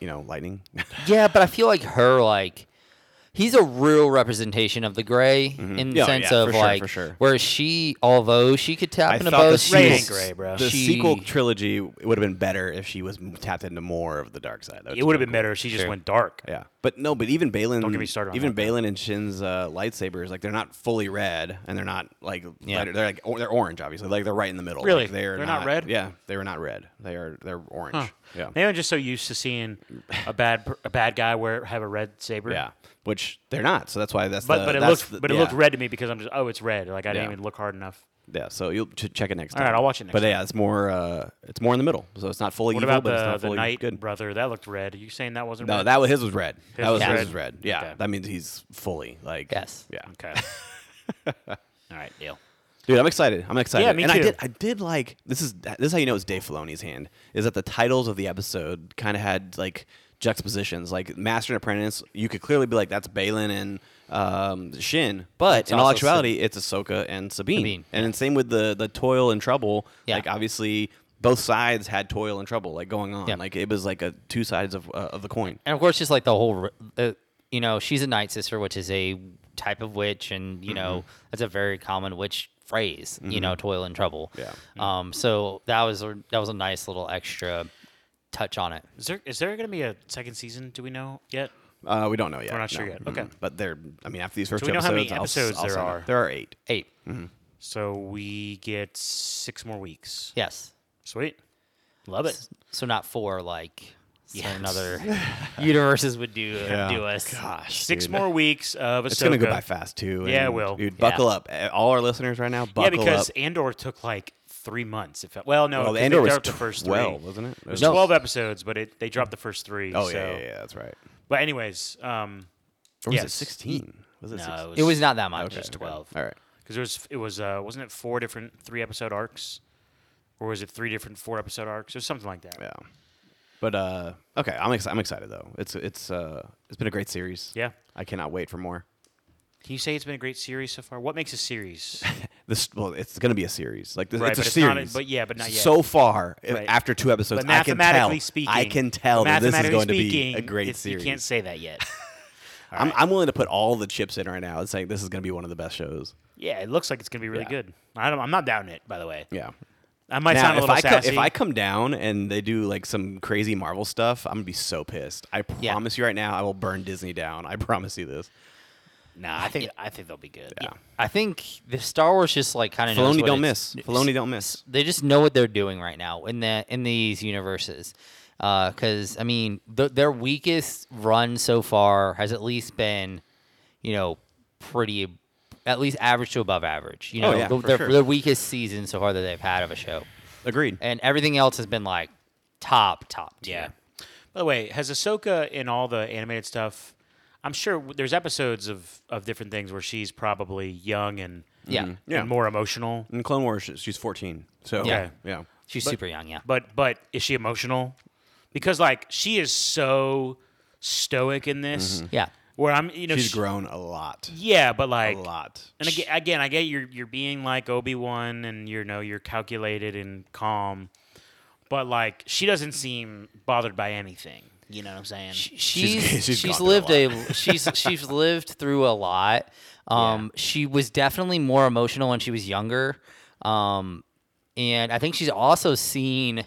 [SPEAKER 2] you know, lightning.
[SPEAKER 3] Yeah, but I feel like her like he's a real representation of the gray in the
[SPEAKER 2] Mm-hmm. Yeah,
[SPEAKER 3] sense
[SPEAKER 2] yeah,
[SPEAKER 3] of
[SPEAKER 2] for sure,
[SPEAKER 3] like
[SPEAKER 2] for sure.
[SPEAKER 3] whereas she although she could tap
[SPEAKER 2] I
[SPEAKER 3] into
[SPEAKER 2] thought
[SPEAKER 3] both
[SPEAKER 2] the
[SPEAKER 3] she
[SPEAKER 1] Ray
[SPEAKER 3] was-
[SPEAKER 1] ain't gray, bro.
[SPEAKER 2] The
[SPEAKER 3] she-
[SPEAKER 2] sequel trilogy would have been better if she was m- tapped into more of the dark side. That
[SPEAKER 1] It would have been better if she just
[SPEAKER 3] Sure.
[SPEAKER 1] went dark.
[SPEAKER 2] Yeah, but no, but even Balin,
[SPEAKER 1] get me started on
[SPEAKER 2] even
[SPEAKER 1] that, though.
[SPEAKER 2] Balin and Shin's uh, lightsabers, like they're not fully red, and they're not like
[SPEAKER 3] Yeah.
[SPEAKER 2] lighter- they're like or, they're orange, obviously, like they're right in the middle.
[SPEAKER 1] Really?
[SPEAKER 2] Like, they're
[SPEAKER 1] They're not red?
[SPEAKER 2] Yeah, they were not red. They are they're orange. Yeah,
[SPEAKER 1] Maybe I'm just so used to seeing a bad per- a bad guy wear have a red saber.
[SPEAKER 2] yeah, which they're not. So that's why that's
[SPEAKER 1] But
[SPEAKER 2] the,
[SPEAKER 1] but it
[SPEAKER 2] that's
[SPEAKER 1] looked
[SPEAKER 2] the-
[SPEAKER 1] but it
[SPEAKER 2] yeah.
[SPEAKER 1] looked red to me because I'm just oh it's red like I didn't
[SPEAKER 2] Yeah.
[SPEAKER 1] even look hard enough.
[SPEAKER 2] Yeah, so you'll ch- check it next
[SPEAKER 1] All
[SPEAKER 2] time.
[SPEAKER 1] right, I'll watch it next
[SPEAKER 2] But yeah, it's more uh, it's more in the middle, so it's not fully
[SPEAKER 1] What
[SPEAKER 2] evil,
[SPEAKER 1] about
[SPEAKER 2] but it's
[SPEAKER 1] the,
[SPEAKER 2] not
[SPEAKER 1] the
[SPEAKER 2] fully
[SPEAKER 1] knight
[SPEAKER 2] good.
[SPEAKER 1] brother? That looked red. Are you saying that wasn't
[SPEAKER 2] No,
[SPEAKER 1] red?
[SPEAKER 2] that was his was red. that was
[SPEAKER 1] was
[SPEAKER 2] his
[SPEAKER 1] red.
[SPEAKER 2] was red. Yeah,
[SPEAKER 1] Okay.
[SPEAKER 2] that means he's fully like
[SPEAKER 3] Yes.
[SPEAKER 2] Yeah,
[SPEAKER 1] Okay. All right, deal.
[SPEAKER 2] Dude, I'm excited. I'm excited.
[SPEAKER 1] Yeah, me
[SPEAKER 2] and I
[SPEAKER 1] too.
[SPEAKER 2] did I did like this is this is how you know it's Dave Filoni's hand is that the titles of the episode kind of had like juxtapositions like Master and Apprentice. You could clearly be like that's Balin and um, Shin, but
[SPEAKER 3] It's
[SPEAKER 2] in all
[SPEAKER 3] also
[SPEAKER 2] actuality, it's Ahsoka and Sabine.
[SPEAKER 3] Sabine,
[SPEAKER 2] And then same with the the toil and trouble.
[SPEAKER 3] Yeah.
[SPEAKER 2] Like obviously both sides had toil and trouble like going on.
[SPEAKER 3] Yeah.
[SPEAKER 2] Like it was like a two sides of uh, of the coin.
[SPEAKER 3] and of course just like the whole r- uh, you know she's a night sister which is a type of witch and you know that's a very common witch phrase you know toil and trouble
[SPEAKER 2] Yeah.
[SPEAKER 3] um so that was a, that was a nice little extra touch on it
[SPEAKER 1] Is there is there going to be a second season? Do we know yet?
[SPEAKER 2] Uh, we don't know yet.
[SPEAKER 1] We're not sure yet. Okay.
[SPEAKER 2] Mm-mm. But they're I mean after these first
[SPEAKER 1] Do
[SPEAKER 2] two
[SPEAKER 1] we know how
[SPEAKER 2] episodes,
[SPEAKER 1] many
[SPEAKER 2] I'll s-
[SPEAKER 1] episodes
[SPEAKER 2] I'll
[SPEAKER 1] there
[SPEAKER 2] sign up.
[SPEAKER 1] are?
[SPEAKER 2] There are 8.
[SPEAKER 3] 8
[SPEAKER 1] So we get six more weeks.
[SPEAKER 3] yes
[SPEAKER 1] Sweet. Love it.
[SPEAKER 3] so not four like some
[SPEAKER 1] Yes.
[SPEAKER 3] another universes would do uh, do us
[SPEAKER 2] Gosh.
[SPEAKER 1] Six
[SPEAKER 2] dude.
[SPEAKER 1] more weeks of Ahsoka.
[SPEAKER 2] It's gonna go by fast too.
[SPEAKER 1] Yeah, it
[SPEAKER 2] and,
[SPEAKER 1] will.
[SPEAKER 2] Dude, buckle up, Eh, all our listeners right now. Buckle
[SPEAKER 1] yeah, because
[SPEAKER 2] up.
[SPEAKER 1] Andor took like three months. It felt, well, no,
[SPEAKER 2] Well,
[SPEAKER 1] 'cause
[SPEAKER 2] the
[SPEAKER 1] they
[SPEAKER 2] Andor was
[SPEAKER 1] dropped the first
[SPEAKER 2] well,
[SPEAKER 1] three.
[SPEAKER 2] wasn't it? It
[SPEAKER 1] It was
[SPEAKER 2] was-
[SPEAKER 1] twelve episodes, but it, they dropped the first three.
[SPEAKER 2] Oh
[SPEAKER 1] so.
[SPEAKER 2] yeah, yeah, yeah, that's right.
[SPEAKER 1] But anyways, um,
[SPEAKER 2] Or was it
[SPEAKER 1] Yes.
[SPEAKER 2] sixteen? Was it? 16?
[SPEAKER 1] no,
[SPEAKER 3] it was not that much
[SPEAKER 1] It was twelve.
[SPEAKER 2] All right.
[SPEAKER 1] Because it was it was uh, wasn't it four different three episode arcs, or was it three different four episode arcs, or something like that?
[SPEAKER 2] Yeah. But uh, okay, I'm ex- I'm excited though. It's it's uh, it's been a great series.
[SPEAKER 1] Yeah.
[SPEAKER 2] I cannot wait for more.
[SPEAKER 1] Can you say it's been a great series so far? What makes a series?
[SPEAKER 2] This well, it's gonna be a series. Like this,
[SPEAKER 1] Right,
[SPEAKER 2] it's a
[SPEAKER 1] but it's not a-
[SPEAKER 2] series.
[SPEAKER 1] but yeah, but not yet.
[SPEAKER 2] So far, i-
[SPEAKER 1] Right.
[SPEAKER 2] after two episodes,
[SPEAKER 1] but
[SPEAKER 2] I can tell.
[SPEAKER 1] mathematically speaking,
[SPEAKER 2] I can tell that this is
[SPEAKER 1] mathematically
[SPEAKER 2] going to be a
[SPEAKER 1] speaking,
[SPEAKER 2] great
[SPEAKER 1] it's-
[SPEAKER 2] series.
[SPEAKER 1] You can't say that yet.
[SPEAKER 2] I'm, I'm willing to put all the chips in right now and saying this is going to be one of the best shows.
[SPEAKER 1] yeah, it looks like it's gonna be really
[SPEAKER 2] Yeah.
[SPEAKER 1] good. I don't, I'm not doubting it, by the way.
[SPEAKER 2] Yeah.
[SPEAKER 1] I might
[SPEAKER 2] Now,
[SPEAKER 1] sound a
[SPEAKER 2] if
[SPEAKER 1] little
[SPEAKER 2] I, come,
[SPEAKER 1] sassy.
[SPEAKER 2] if I come down and they do like some crazy Marvel stuff, I'm gonna be so pissed. I
[SPEAKER 3] Yeah.
[SPEAKER 2] promise you right now, I will burn Disney down. I promise you this.
[SPEAKER 1] nah, I think I think they'll be good.
[SPEAKER 2] Yeah.
[SPEAKER 3] i think the star wars just like kind of
[SPEAKER 2] Filoni don't miss. Filoni don't miss.
[SPEAKER 3] they just know what they're doing right now in the in these universes. Because I mean, th- their weakest run so far has at least been, you know, pretty, at least average to above average. You know,
[SPEAKER 2] Oh, yeah,
[SPEAKER 3] the-
[SPEAKER 2] for
[SPEAKER 3] their,
[SPEAKER 2] sure.
[SPEAKER 3] their weakest season so far that they've had of a show,
[SPEAKER 2] Agreed.
[SPEAKER 3] and everything else has been like top, top
[SPEAKER 1] Yeah.
[SPEAKER 3] tier.
[SPEAKER 1] By the way, has Ahsoka in all the animated stuff? I'm sure w- there's episodes of, of different things where she's probably young and
[SPEAKER 3] Yeah,
[SPEAKER 2] Yeah.
[SPEAKER 1] and more emotional.
[SPEAKER 2] In Clone Wars, she- she's 14. So
[SPEAKER 1] Yeah.
[SPEAKER 2] yeah.
[SPEAKER 3] she's super young. Yeah,
[SPEAKER 1] But but is she emotional? Because like she is so stoic in
[SPEAKER 2] Mm-hmm.
[SPEAKER 1] this.
[SPEAKER 3] yeah,
[SPEAKER 1] Where I'm, you know,
[SPEAKER 2] She's
[SPEAKER 1] she-
[SPEAKER 2] grown a lot.
[SPEAKER 1] yeah, but
[SPEAKER 2] A
[SPEAKER 1] like,
[SPEAKER 2] lot.
[SPEAKER 1] and again, again, I get you're you're being like Obi Wan, and you know you're calculated and calm, but like she doesn't seem bothered by anything. You know what I'm saying?
[SPEAKER 3] she's
[SPEAKER 2] she's
[SPEAKER 3] she's,
[SPEAKER 2] gone through a
[SPEAKER 3] lived a, she's she's lived through a lot. Um, she was definitely more emotional when she was younger. Um, and I think she's also seen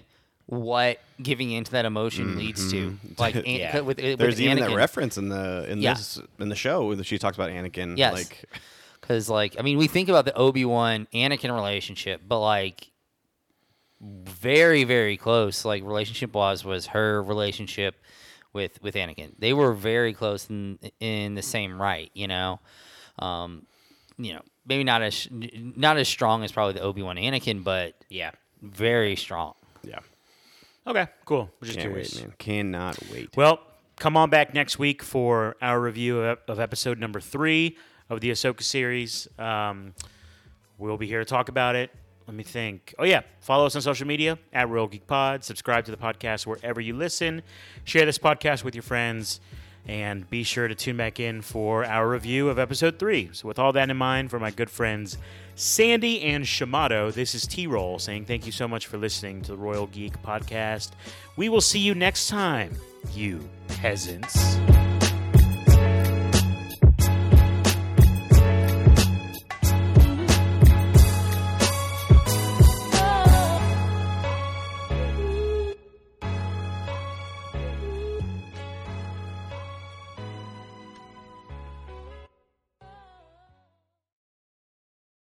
[SPEAKER 3] what giving into that emotion leads to. Like An-
[SPEAKER 2] Mm-hmm. Yeah.
[SPEAKER 3] with, uh, with
[SPEAKER 2] There's even that
[SPEAKER 3] Anakin.
[SPEAKER 2] reference in the in
[SPEAKER 3] Yeah.
[SPEAKER 2] this in the show that she talks about Anakin.
[SPEAKER 3] Yes.
[SPEAKER 2] Like
[SPEAKER 3] Because, like, I mean, we think about the Obi Wan Anakin relationship, but, like, very, very close, like, relationship wise, was her relationship with with Anakin. They were very close in, in the same right, you know? Um, you know, maybe not as not as strong as probably the Obi Wan Anakin, but
[SPEAKER 1] Yeah.
[SPEAKER 3] very strong.
[SPEAKER 2] yeah.
[SPEAKER 1] Okay. Cool. We're just
[SPEAKER 2] Can't
[SPEAKER 1] curious.
[SPEAKER 2] wait, man. Cannot wait.
[SPEAKER 1] Well, come on back next week for our review of, of episode number three of the Ahsoka series. Um, we'll be here to talk about it. Let me think. Oh, yeah. Follow us on social media at Real Geek Pod. Subscribe to the podcast wherever you listen. Share this podcast with your friends. And be sure to tune back in for our review of episode three. So, with all that in mind, for my good friends Sandy and Shamato, this is T Roll saying thank you so much for listening to the Royal Geek Podcast. We will see you next time, you peasants.